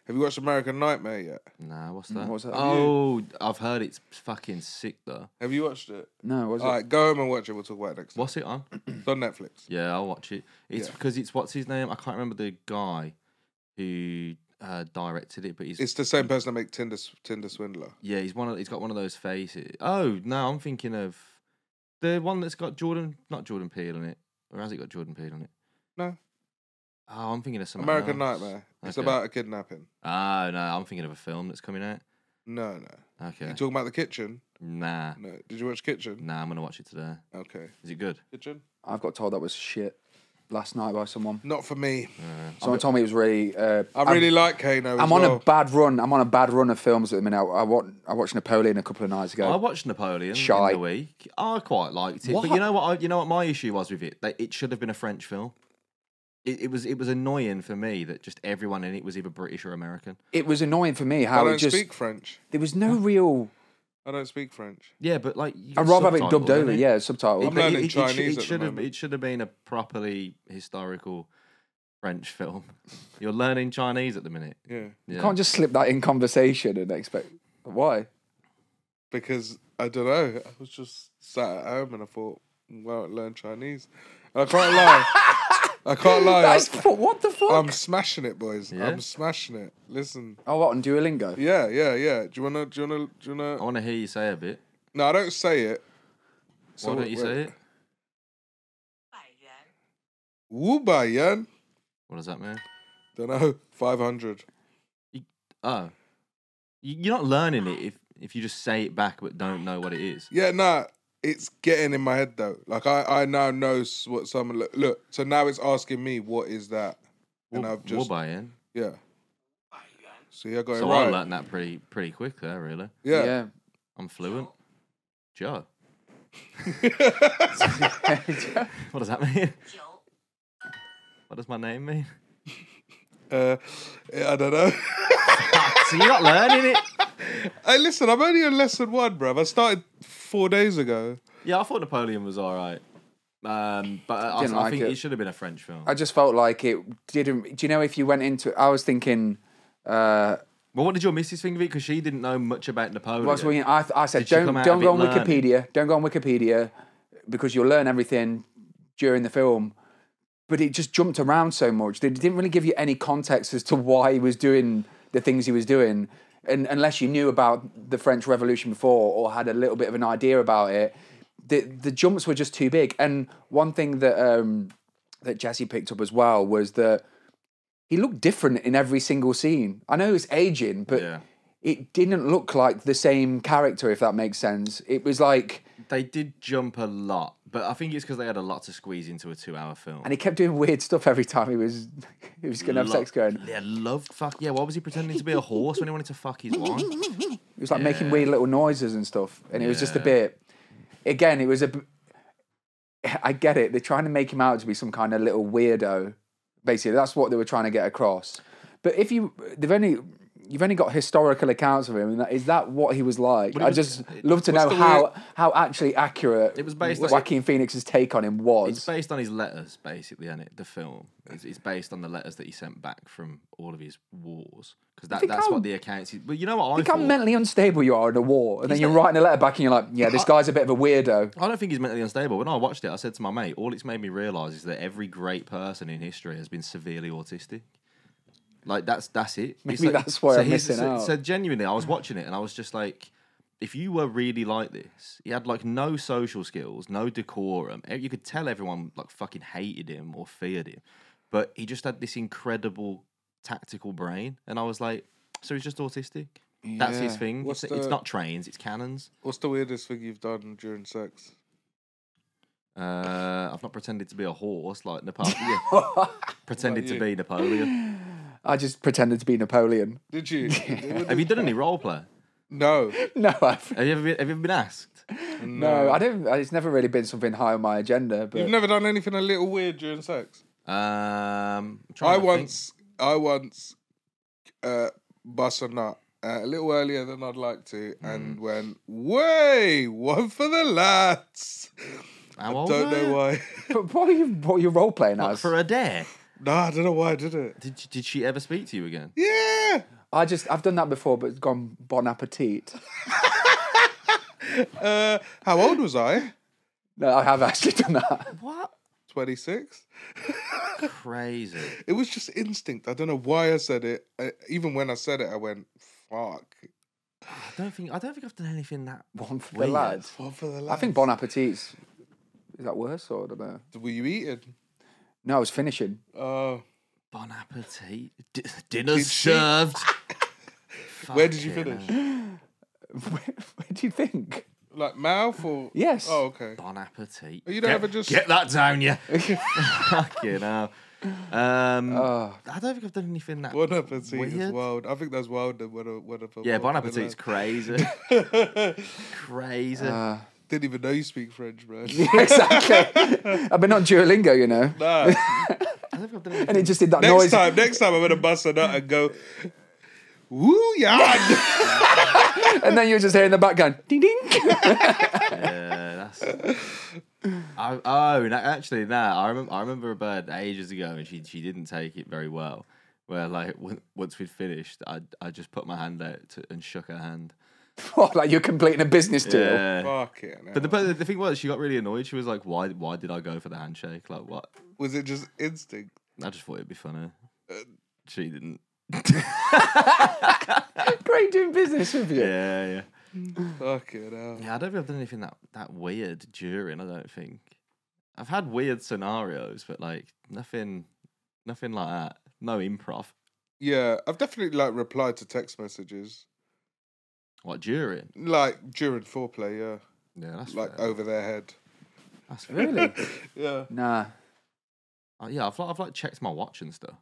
[SPEAKER 3] Have you watched American Nightmare yet?
[SPEAKER 2] Nah, what's that?
[SPEAKER 4] Mm, what's that?
[SPEAKER 2] Oh, I've heard it's fucking sick though.
[SPEAKER 3] Have you watched it?
[SPEAKER 4] No, was it?
[SPEAKER 3] All right, go home and watch it. We'll talk about it next time.
[SPEAKER 2] What's it on?
[SPEAKER 3] It's on Netflix.
[SPEAKER 2] Yeah, I'll watch it. It's
[SPEAKER 3] Yeah.
[SPEAKER 2] because it's what's his name? I can't remember the guy who uh, directed it, but he's
[SPEAKER 3] It's the same person that made Tinder, Tinder Swindler.
[SPEAKER 2] yeah, he's one of he's got one of those faces. Oh no, I'm thinking of the one that's got Jordan, not Jordan Peele on it, or has it got Jordan Peele on it?
[SPEAKER 3] No.
[SPEAKER 2] Oh, I'm thinking of some
[SPEAKER 3] American
[SPEAKER 4] Ah,
[SPEAKER 3] Nightmare. It's about a kidnapping.
[SPEAKER 2] Oh no, I'm thinking of a film that's coming out.
[SPEAKER 3] No, no.
[SPEAKER 2] Okay.
[SPEAKER 3] You talking about the kitchen?
[SPEAKER 2] Nah.
[SPEAKER 3] No. Did you watch Kitchen?
[SPEAKER 2] Nah, I'm gonna watch it today.
[SPEAKER 3] Okay.
[SPEAKER 2] Is it good?
[SPEAKER 3] Kitchen?
[SPEAKER 4] I've got told that was shit last night by someone.
[SPEAKER 3] Not for me.
[SPEAKER 4] Someone told me it was really. Uh,
[SPEAKER 3] I really like Kano. as
[SPEAKER 4] I'm on
[SPEAKER 3] well.
[SPEAKER 4] a bad run. I'm on a bad run of films at the minute. I, I, wa- I watched Napoleon a couple of nights
[SPEAKER 2] I
[SPEAKER 4] ago.
[SPEAKER 2] watched Napoleon
[SPEAKER 4] Shy.
[SPEAKER 2] in the week. I quite liked it, but you
[SPEAKER 4] What?
[SPEAKER 2] know what? I, you know what my issue was with it. That it should have been a French film. It, it was it was annoying for me that just everyone in it was either British or American.
[SPEAKER 4] it was annoying for me
[SPEAKER 3] I
[SPEAKER 4] how
[SPEAKER 3] don't
[SPEAKER 4] it just
[SPEAKER 3] speak French.
[SPEAKER 4] there was no real.
[SPEAKER 3] I don't speak French.
[SPEAKER 2] Yeah, but like you
[SPEAKER 4] I'd
[SPEAKER 2] got
[SPEAKER 4] rather have it dubbed
[SPEAKER 2] subtitles,
[SPEAKER 4] over.
[SPEAKER 2] innit?
[SPEAKER 4] Yeah,
[SPEAKER 2] It-
[SPEAKER 4] subtitle.
[SPEAKER 3] I'm learning
[SPEAKER 2] it- it should-
[SPEAKER 3] Chinese at
[SPEAKER 2] It
[SPEAKER 3] the
[SPEAKER 2] should have
[SPEAKER 3] moment.
[SPEAKER 2] it should have been a properly historical French film. You're learning Chinese at the minute.
[SPEAKER 3] Yeah.
[SPEAKER 4] You can't just slip that in conversation and expect why.
[SPEAKER 3] Because I don't know. I was just sat at home and I thought, well, learn Chinese. And I can't lie. I can't lie.
[SPEAKER 4] That's
[SPEAKER 3] I-
[SPEAKER 4] fu- what the fuck?
[SPEAKER 3] I'm smashing it, boys.
[SPEAKER 2] Yeah?
[SPEAKER 3] I'm smashing it. Listen.
[SPEAKER 4] oh, what on Duolingo?
[SPEAKER 3] Yeah, yeah, yeah. Do you wanna? Do you wanna? Do you
[SPEAKER 2] I
[SPEAKER 3] wanna?
[SPEAKER 2] want to hear you say a bit.
[SPEAKER 3] No, I don't say it. So
[SPEAKER 2] Why don't you
[SPEAKER 3] wait.
[SPEAKER 2] say it?
[SPEAKER 3] Wu Bayan.
[SPEAKER 2] What does that mean?
[SPEAKER 3] Don't know. Five hundred.
[SPEAKER 2] Oh, You- you're not learning it if if you just say it back but don't know what it is.
[SPEAKER 3] Yeah, nah. It's getting in my head though. Like I, I now know s- what someone look, look. So now it's asking me what is that, and
[SPEAKER 2] We'll,
[SPEAKER 3] I've just
[SPEAKER 2] buy in.
[SPEAKER 3] yeah. See, I got
[SPEAKER 2] So
[SPEAKER 3] it right.
[SPEAKER 2] I learned that pretty pretty quick there. Really,
[SPEAKER 3] yeah.
[SPEAKER 2] I'm fluent. Joe,
[SPEAKER 4] Yeah.
[SPEAKER 2] what does that mean? What does my name mean?
[SPEAKER 3] Uh, yeah, I don't know.
[SPEAKER 2] so you're not learning it.
[SPEAKER 3] hey, listen, I'm only on lesson one, bruv. I started four days ago.
[SPEAKER 2] Yeah, I thought Napoleon was all right, um, but I, I,
[SPEAKER 4] Didn't
[SPEAKER 2] I
[SPEAKER 4] like
[SPEAKER 2] think
[SPEAKER 4] it.
[SPEAKER 2] it. should have been a French film.
[SPEAKER 4] I just felt like it didn't. Do you know if you went into? I was thinking. Uh,
[SPEAKER 2] well, what did your missus think of it? Because she didn't know much about Napoleon.
[SPEAKER 4] What's we- I, I said,
[SPEAKER 2] Did you
[SPEAKER 4] don't
[SPEAKER 2] come out
[SPEAKER 4] don't
[SPEAKER 2] of
[SPEAKER 4] go on
[SPEAKER 2] it learning?
[SPEAKER 4] Wikipedia. Don't go on Wikipedia because you'll learn everything during the film. But it just jumped around so much. They didn't really give you any context as to why he was doing the things he was doing, and unless you knew about the French Revolution before or had a little bit of an idea about it, the the jumps were just too big. And one thing that um, that Jesse picked up as well was that he looked different in every single scene. I know it's aging, but
[SPEAKER 2] Yeah.
[SPEAKER 4] it didn't look like the same character, if that makes sense. It was like,
[SPEAKER 2] They did jump a lot, but I think it's because they had a lot to squeeze into a two-hour film.
[SPEAKER 4] and he kept doing weird stuff every time he was he was gonna have
[SPEAKER 2] Lo-
[SPEAKER 4] sex going.
[SPEAKER 2] Yeah, loved fuck. Yeah, why was he pretending to be a horse when he wanted to fuck his wife?
[SPEAKER 4] He was like making weird little noises and stuff, and it was just a
[SPEAKER 2] Yeah.
[SPEAKER 4] bit. Again, it was a. b- I get it. They're trying to make him out to be some kind of little weirdo. Basically, that's what they were trying to get across. But if you, they've only. You've only got historical accounts of him. and that- Is that what he was like?
[SPEAKER 2] But it
[SPEAKER 4] I
[SPEAKER 2] was-
[SPEAKER 4] just
[SPEAKER 2] it-
[SPEAKER 4] love to know
[SPEAKER 3] the
[SPEAKER 4] how
[SPEAKER 3] word-
[SPEAKER 4] how actually accurate
[SPEAKER 2] It was based on-
[SPEAKER 4] Joaquin Phoenix's take on him was.
[SPEAKER 2] It's based on his letters, basically, and it the film. It's, it's based on the letters that he sent back from all of his wars, because that,
[SPEAKER 4] think
[SPEAKER 2] that's
[SPEAKER 4] how-
[SPEAKER 2] what the accounts. But you know what I
[SPEAKER 4] Think how
[SPEAKER 2] thought?
[SPEAKER 4] mentally unstable you are in a war, and then you're writing a letter back, and you're like, "Yeah, this guy's a bit of a weirdo."
[SPEAKER 2] I don't think he's mentally unstable. When I watched it, I said to my mate, all it's made me realise is that every great person in history has been severely autistic. Like that's that's it. It's
[SPEAKER 4] Maybe
[SPEAKER 2] like-
[SPEAKER 4] that's why I'm
[SPEAKER 2] he's-
[SPEAKER 4] missing
[SPEAKER 2] so,
[SPEAKER 4] out.
[SPEAKER 2] so genuinely, I was watching it and I was just like, if you were really like this, he had like no social skills, no decorum. Eh, You could tell everyone like fucking hated him or feared him, but he just had this incredible tactical brain. And I was like, so he's just autistic. That's his
[SPEAKER 4] Yeah.
[SPEAKER 2] thing.
[SPEAKER 3] What's
[SPEAKER 2] it's, it's
[SPEAKER 3] the-
[SPEAKER 2] not trains, it's cannons.
[SPEAKER 3] What's the weirdest thing you've done during sex?
[SPEAKER 2] Uh, I've not pretended to be a horse like Napoleon. pretended to be Napoleon.
[SPEAKER 4] I just pretended to be Napoleon.
[SPEAKER 3] Did you?
[SPEAKER 2] Have you done any role play?
[SPEAKER 3] No.
[SPEAKER 4] No, I've,
[SPEAKER 2] Have you ever been, have you ever been asked?
[SPEAKER 4] no, I don't. It's never really been something high on my agenda. But
[SPEAKER 3] You've never done anything a little weird during sex?
[SPEAKER 2] Um, I'm trying
[SPEAKER 3] I
[SPEAKER 2] to think.
[SPEAKER 3] once, I once, uh, bust a nut uh, a little earlier than I'd like to, and went way one for the lads.
[SPEAKER 2] How old
[SPEAKER 3] Don't
[SPEAKER 2] were you?
[SPEAKER 3] know why.
[SPEAKER 4] but what are you what are you role playing as?
[SPEAKER 2] For a dare.
[SPEAKER 3] no, I don't know why I did it.
[SPEAKER 2] Did did she ever speak to you again?
[SPEAKER 3] Yeah,
[SPEAKER 4] I just I've done that before, but it's gone bon appetit.
[SPEAKER 3] how old was I?
[SPEAKER 4] No, I have actually done that.
[SPEAKER 2] What?
[SPEAKER 3] Twenty six.
[SPEAKER 2] Crazy.
[SPEAKER 3] It was just instinct. I don't know why I said it. I, even when I said it, I went fuck.
[SPEAKER 2] I don't think I don't think I've done anything that.
[SPEAKER 4] One for the
[SPEAKER 2] Weird.
[SPEAKER 4] lads.
[SPEAKER 3] One for the
[SPEAKER 4] I
[SPEAKER 3] lads.
[SPEAKER 4] think bon appetit's is that worse or I don't know.
[SPEAKER 3] Were you eating?
[SPEAKER 4] No, I was finishing.
[SPEAKER 3] Oh,
[SPEAKER 2] Bon appetit. D- dinner's
[SPEAKER 3] Did she-
[SPEAKER 2] served.
[SPEAKER 3] where did you
[SPEAKER 2] Fucking
[SPEAKER 3] finish?
[SPEAKER 4] where, where do you think?
[SPEAKER 3] Like mouth or
[SPEAKER 4] Yes.
[SPEAKER 3] Oh, okay.
[SPEAKER 2] Bon appetit.
[SPEAKER 3] You
[SPEAKER 2] get,
[SPEAKER 3] don't ever just-
[SPEAKER 2] get that down, you. Fucking hell. Um,
[SPEAKER 3] Ah.
[SPEAKER 2] I don't think I've done anything that.
[SPEAKER 3] Bon appetit is
[SPEAKER 2] Weird.
[SPEAKER 3] wild. I think that's wilder. What a what a
[SPEAKER 2] Yeah,
[SPEAKER 3] what
[SPEAKER 2] Bon
[SPEAKER 3] a-
[SPEAKER 2] Appetit's crazy. crazy.
[SPEAKER 3] Didn't even know you speak French, bro.
[SPEAKER 4] exactly. I've been on Duolingo, you know,
[SPEAKER 3] Nah.
[SPEAKER 2] I don't think I've done anything.
[SPEAKER 4] and it just did that
[SPEAKER 3] next
[SPEAKER 4] noise.
[SPEAKER 3] time, next time I'm gonna bust a nut and go. Woo yeah.
[SPEAKER 4] And then you're just hearing the background, ding ding.
[SPEAKER 2] Yeah, that's. I, oh, no, actually, no. I remember. I remember a bird ages ago, and she she didn't take it very well. Where like w- once we'd finished, I I just put my hand out to, and shook her hand.
[SPEAKER 4] What, like you're completing a business deal?
[SPEAKER 2] Yeah.
[SPEAKER 3] Fuck it.
[SPEAKER 2] But the, but the thing was, she got really annoyed. She was like, "Why? Why did I go for the handshake? Like, what?
[SPEAKER 3] Was it just instinct?
[SPEAKER 2] I just thought it'd be funny. She didn't.
[SPEAKER 4] Great doing business with you.
[SPEAKER 2] Yeah, yeah.
[SPEAKER 3] Fucking hell.
[SPEAKER 2] Yeah, I don't think I've done anything that, that weird during, I don't think. I've had weird scenarios, but like nothing nothing like that. No improv.
[SPEAKER 3] Yeah, I've definitely like replied to text messages.
[SPEAKER 2] What during?
[SPEAKER 3] Like during foreplay, yeah.
[SPEAKER 2] Yeah, that's
[SPEAKER 3] Like oh.
[SPEAKER 2] fair.
[SPEAKER 3] over their head.
[SPEAKER 2] That's fair.
[SPEAKER 4] Really?
[SPEAKER 3] Yeah.
[SPEAKER 4] nah.
[SPEAKER 2] Uh, yeah, I've like, I've like checked my watch and stuff.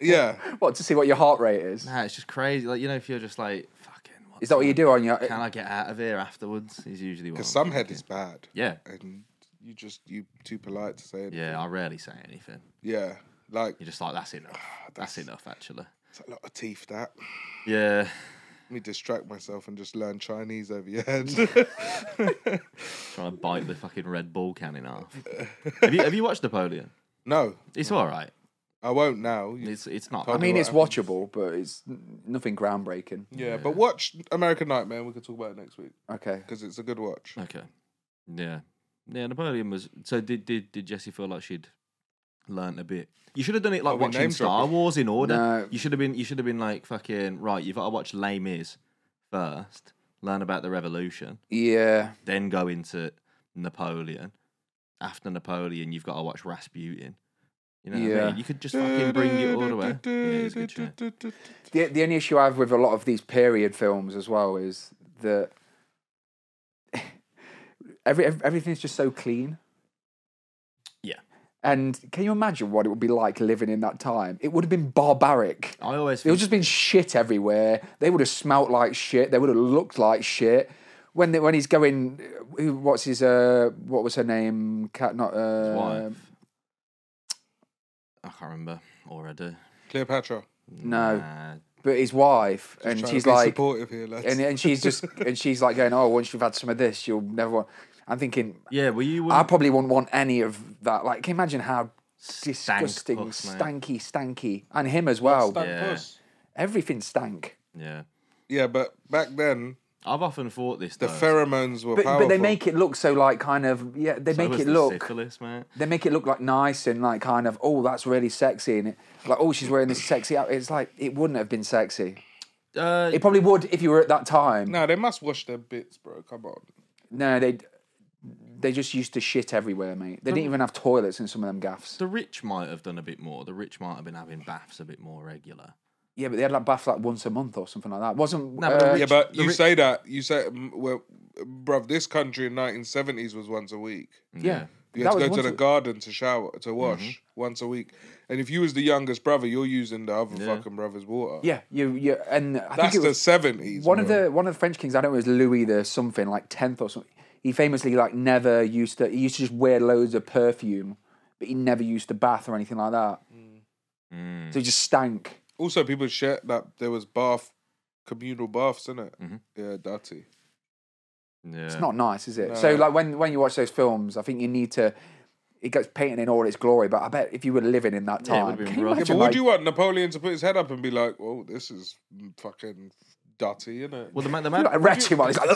[SPEAKER 3] Yeah.
[SPEAKER 4] What to see what your heart rate is?
[SPEAKER 2] Nah, it's just crazy. Like you know, if you're just like fucking.
[SPEAKER 4] Is that what you do on your?
[SPEAKER 2] Can I get out of here afterwards? Is usually what.
[SPEAKER 3] Because
[SPEAKER 2] I'm
[SPEAKER 3] some head
[SPEAKER 2] thinking.
[SPEAKER 3] is bad.
[SPEAKER 2] Oh, Yeah,
[SPEAKER 3] And you just, you too polite to say it.
[SPEAKER 2] yeah. I rarely say anything.
[SPEAKER 3] Yeah. Like,
[SPEAKER 2] You're just like that's enough. That's,
[SPEAKER 3] Ah, That's-
[SPEAKER 2] enough, actually.
[SPEAKER 3] it's a lot of teeth that.
[SPEAKER 2] Yeah.
[SPEAKER 3] Let me distract myself and just learn Chinese over your head.
[SPEAKER 2] Trying to bite the fucking Red Bull can in half. have you Have you watched Napoleon?
[SPEAKER 3] no,
[SPEAKER 2] It's all right.
[SPEAKER 3] I won't now. You-
[SPEAKER 2] It's It's not.
[SPEAKER 3] Can't
[SPEAKER 4] I mean,
[SPEAKER 3] what
[SPEAKER 4] it's
[SPEAKER 3] happens.
[SPEAKER 4] watchable, but it's n- nothing groundbreaking.
[SPEAKER 3] yeah, but watch American Nightmare and we can talk about it next week
[SPEAKER 4] Okay.
[SPEAKER 3] because it's a good watch.
[SPEAKER 2] Okay. Yeah. Yeah. Napoleon was. So did did did Jesse feel like she'd learnt a bit? You should have done it like
[SPEAKER 3] Oh, we
[SPEAKER 2] watching
[SPEAKER 3] name
[SPEAKER 2] Star
[SPEAKER 3] dropping.
[SPEAKER 2] Wars in order.
[SPEAKER 4] No.
[SPEAKER 2] You should have been. You should have been like fucking right. You've got to watch Les Mis first, learn about the Revolution,
[SPEAKER 4] Yeah.
[SPEAKER 2] then go into Napoleon. After Napoleon, you've got to watch Rasputin. You know what I
[SPEAKER 4] Yeah.
[SPEAKER 2] mean? You could just fucking bring it all the way. Yeah, it's a good show.
[SPEAKER 4] The the only issue I have with a lot of these period films as well is that every, ev- everything's just so clean.
[SPEAKER 2] Yeah.
[SPEAKER 4] And can you imagine what it would be like living in that time? It would have been barbaric.
[SPEAKER 2] I always
[SPEAKER 4] There
[SPEAKER 2] think
[SPEAKER 4] would just been shit everywhere. They would have smelt like shit. They would have looked like shit. When they, when he's going, who- what's his uh, what was her name? Cat not uh,
[SPEAKER 2] wife. I can't remember already.
[SPEAKER 3] Cleopatra.
[SPEAKER 4] No.
[SPEAKER 2] Nah,
[SPEAKER 4] but his wife,
[SPEAKER 3] Just
[SPEAKER 4] and
[SPEAKER 3] trying to
[SPEAKER 4] she's
[SPEAKER 3] be
[SPEAKER 4] like,
[SPEAKER 3] supportive here, lads.
[SPEAKER 4] and, and she's just and she's like going, oh, once you've had some of this, you'll never want. I'm thinking,
[SPEAKER 2] yeah, well, you
[SPEAKER 4] I
[SPEAKER 2] wouldn't
[SPEAKER 4] probably wouldn't want any of that. Like, can you imagine how
[SPEAKER 2] Stank
[SPEAKER 4] disgusting,
[SPEAKER 2] puss, mate.
[SPEAKER 4] stanky, stanky, and him as well.
[SPEAKER 3] Stank
[SPEAKER 2] yeah.
[SPEAKER 3] puss.
[SPEAKER 4] Everything stank.
[SPEAKER 2] Yeah.
[SPEAKER 3] Yeah, but back then
[SPEAKER 2] I've often thought this.
[SPEAKER 3] the
[SPEAKER 2] though.
[SPEAKER 3] pheromones were
[SPEAKER 4] But,
[SPEAKER 3] powerful.
[SPEAKER 4] but they make it look so like kind of yeah they
[SPEAKER 2] So
[SPEAKER 4] make
[SPEAKER 2] was
[SPEAKER 4] it
[SPEAKER 2] the
[SPEAKER 4] look
[SPEAKER 2] syphilis, mate.
[SPEAKER 4] they make it look like nice and like kind of oh that's really sexy and it, like oh she's wearing this sexy outfit. It's like it wouldn't have been sexy.
[SPEAKER 2] Uh,
[SPEAKER 4] It probably would if you were at that time. No,
[SPEAKER 3] No, they must wash their bits, bro. Come on.
[SPEAKER 4] they they just used to shit everywhere, mate. They didn't even have toilets in some of them gaffs.
[SPEAKER 2] the rich might have done a bit more. The rich might have been having baths a bit more regular.
[SPEAKER 4] Yeah, but they had like bath like once a month or something like that. Wasn't
[SPEAKER 2] but the
[SPEAKER 4] uh,
[SPEAKER 2] rich-
[SPEAKER 3] Yeah, but
[SPEAKER 2] the
[SPEAKER 3] you
[SPEAKER 2] ri-
[SPEAKER 3] say that you say, mm, well, bruv, this country in 1970s was once a week.
[SPEAKER 4] yeah.
[SPEAKER 3] You
[SPEAKER 4] That
[SPEAKER 3] had to go to
[SPEAKER 4] was once
[SPEAKER 3] the
[SPEAKER 4] a- Mm-hmm.
[SPEAKER 3] garden to shower to wash once a week, and if you was the youngest brother, you're using the other fucking brother's water.
[SPEAKER 4] Yeah, you you and I
[SPEAKER 3] that's
[SPEAKER 4] think it
[SPEAKER 3] the
[SPEAKER 4] was
[SPEAKER 3] seventies.
[SPEAKER 4] one of the one of the French kings. I don't know. It was Louis the something like tenth or something. He famously like never used to. He used to just wear loads of perfume, but he never used to bath or anything like that.
[SPEAKER 2] Mm.
[SPEAKER 4] So he just stank.
[SPEAKER 3] also people shit that there was bath communal baths in it.
[SPEAKER 4] Mm-hmm.
[SPEAKER 3] Yeah, dirty.
[SPEAKER 2] Yeah.
[SPEAKER 4] It's not nice, is it? So like when when you watch those films, I think you need to. It gets painted in all its glory, but I bet if you were living in that
[SPEAKER 2] Yeah, it
[SPEAKER 4] time,
[SPEAKER 2] would've been
[SPEAKER 4] can you
[SPEAKER 2] rough.
[SPEAKER 3] Yeah,
[SPEAKER 2] Yeah,
[SPEAKER 4] imagine,
[SPEAKER 3] but would
[SPEAKER 4] like-
[SPEAKER 3] you want Napoleon to put his head up and be like, "Well, this is fucking dirty, isn't it?"
[SPEAKER 2] Well, the, ma- the,
[SPEAKER 4] like a
[SPEAKER 2] mad,
[SPEAKER 4] ratchet one? It's like,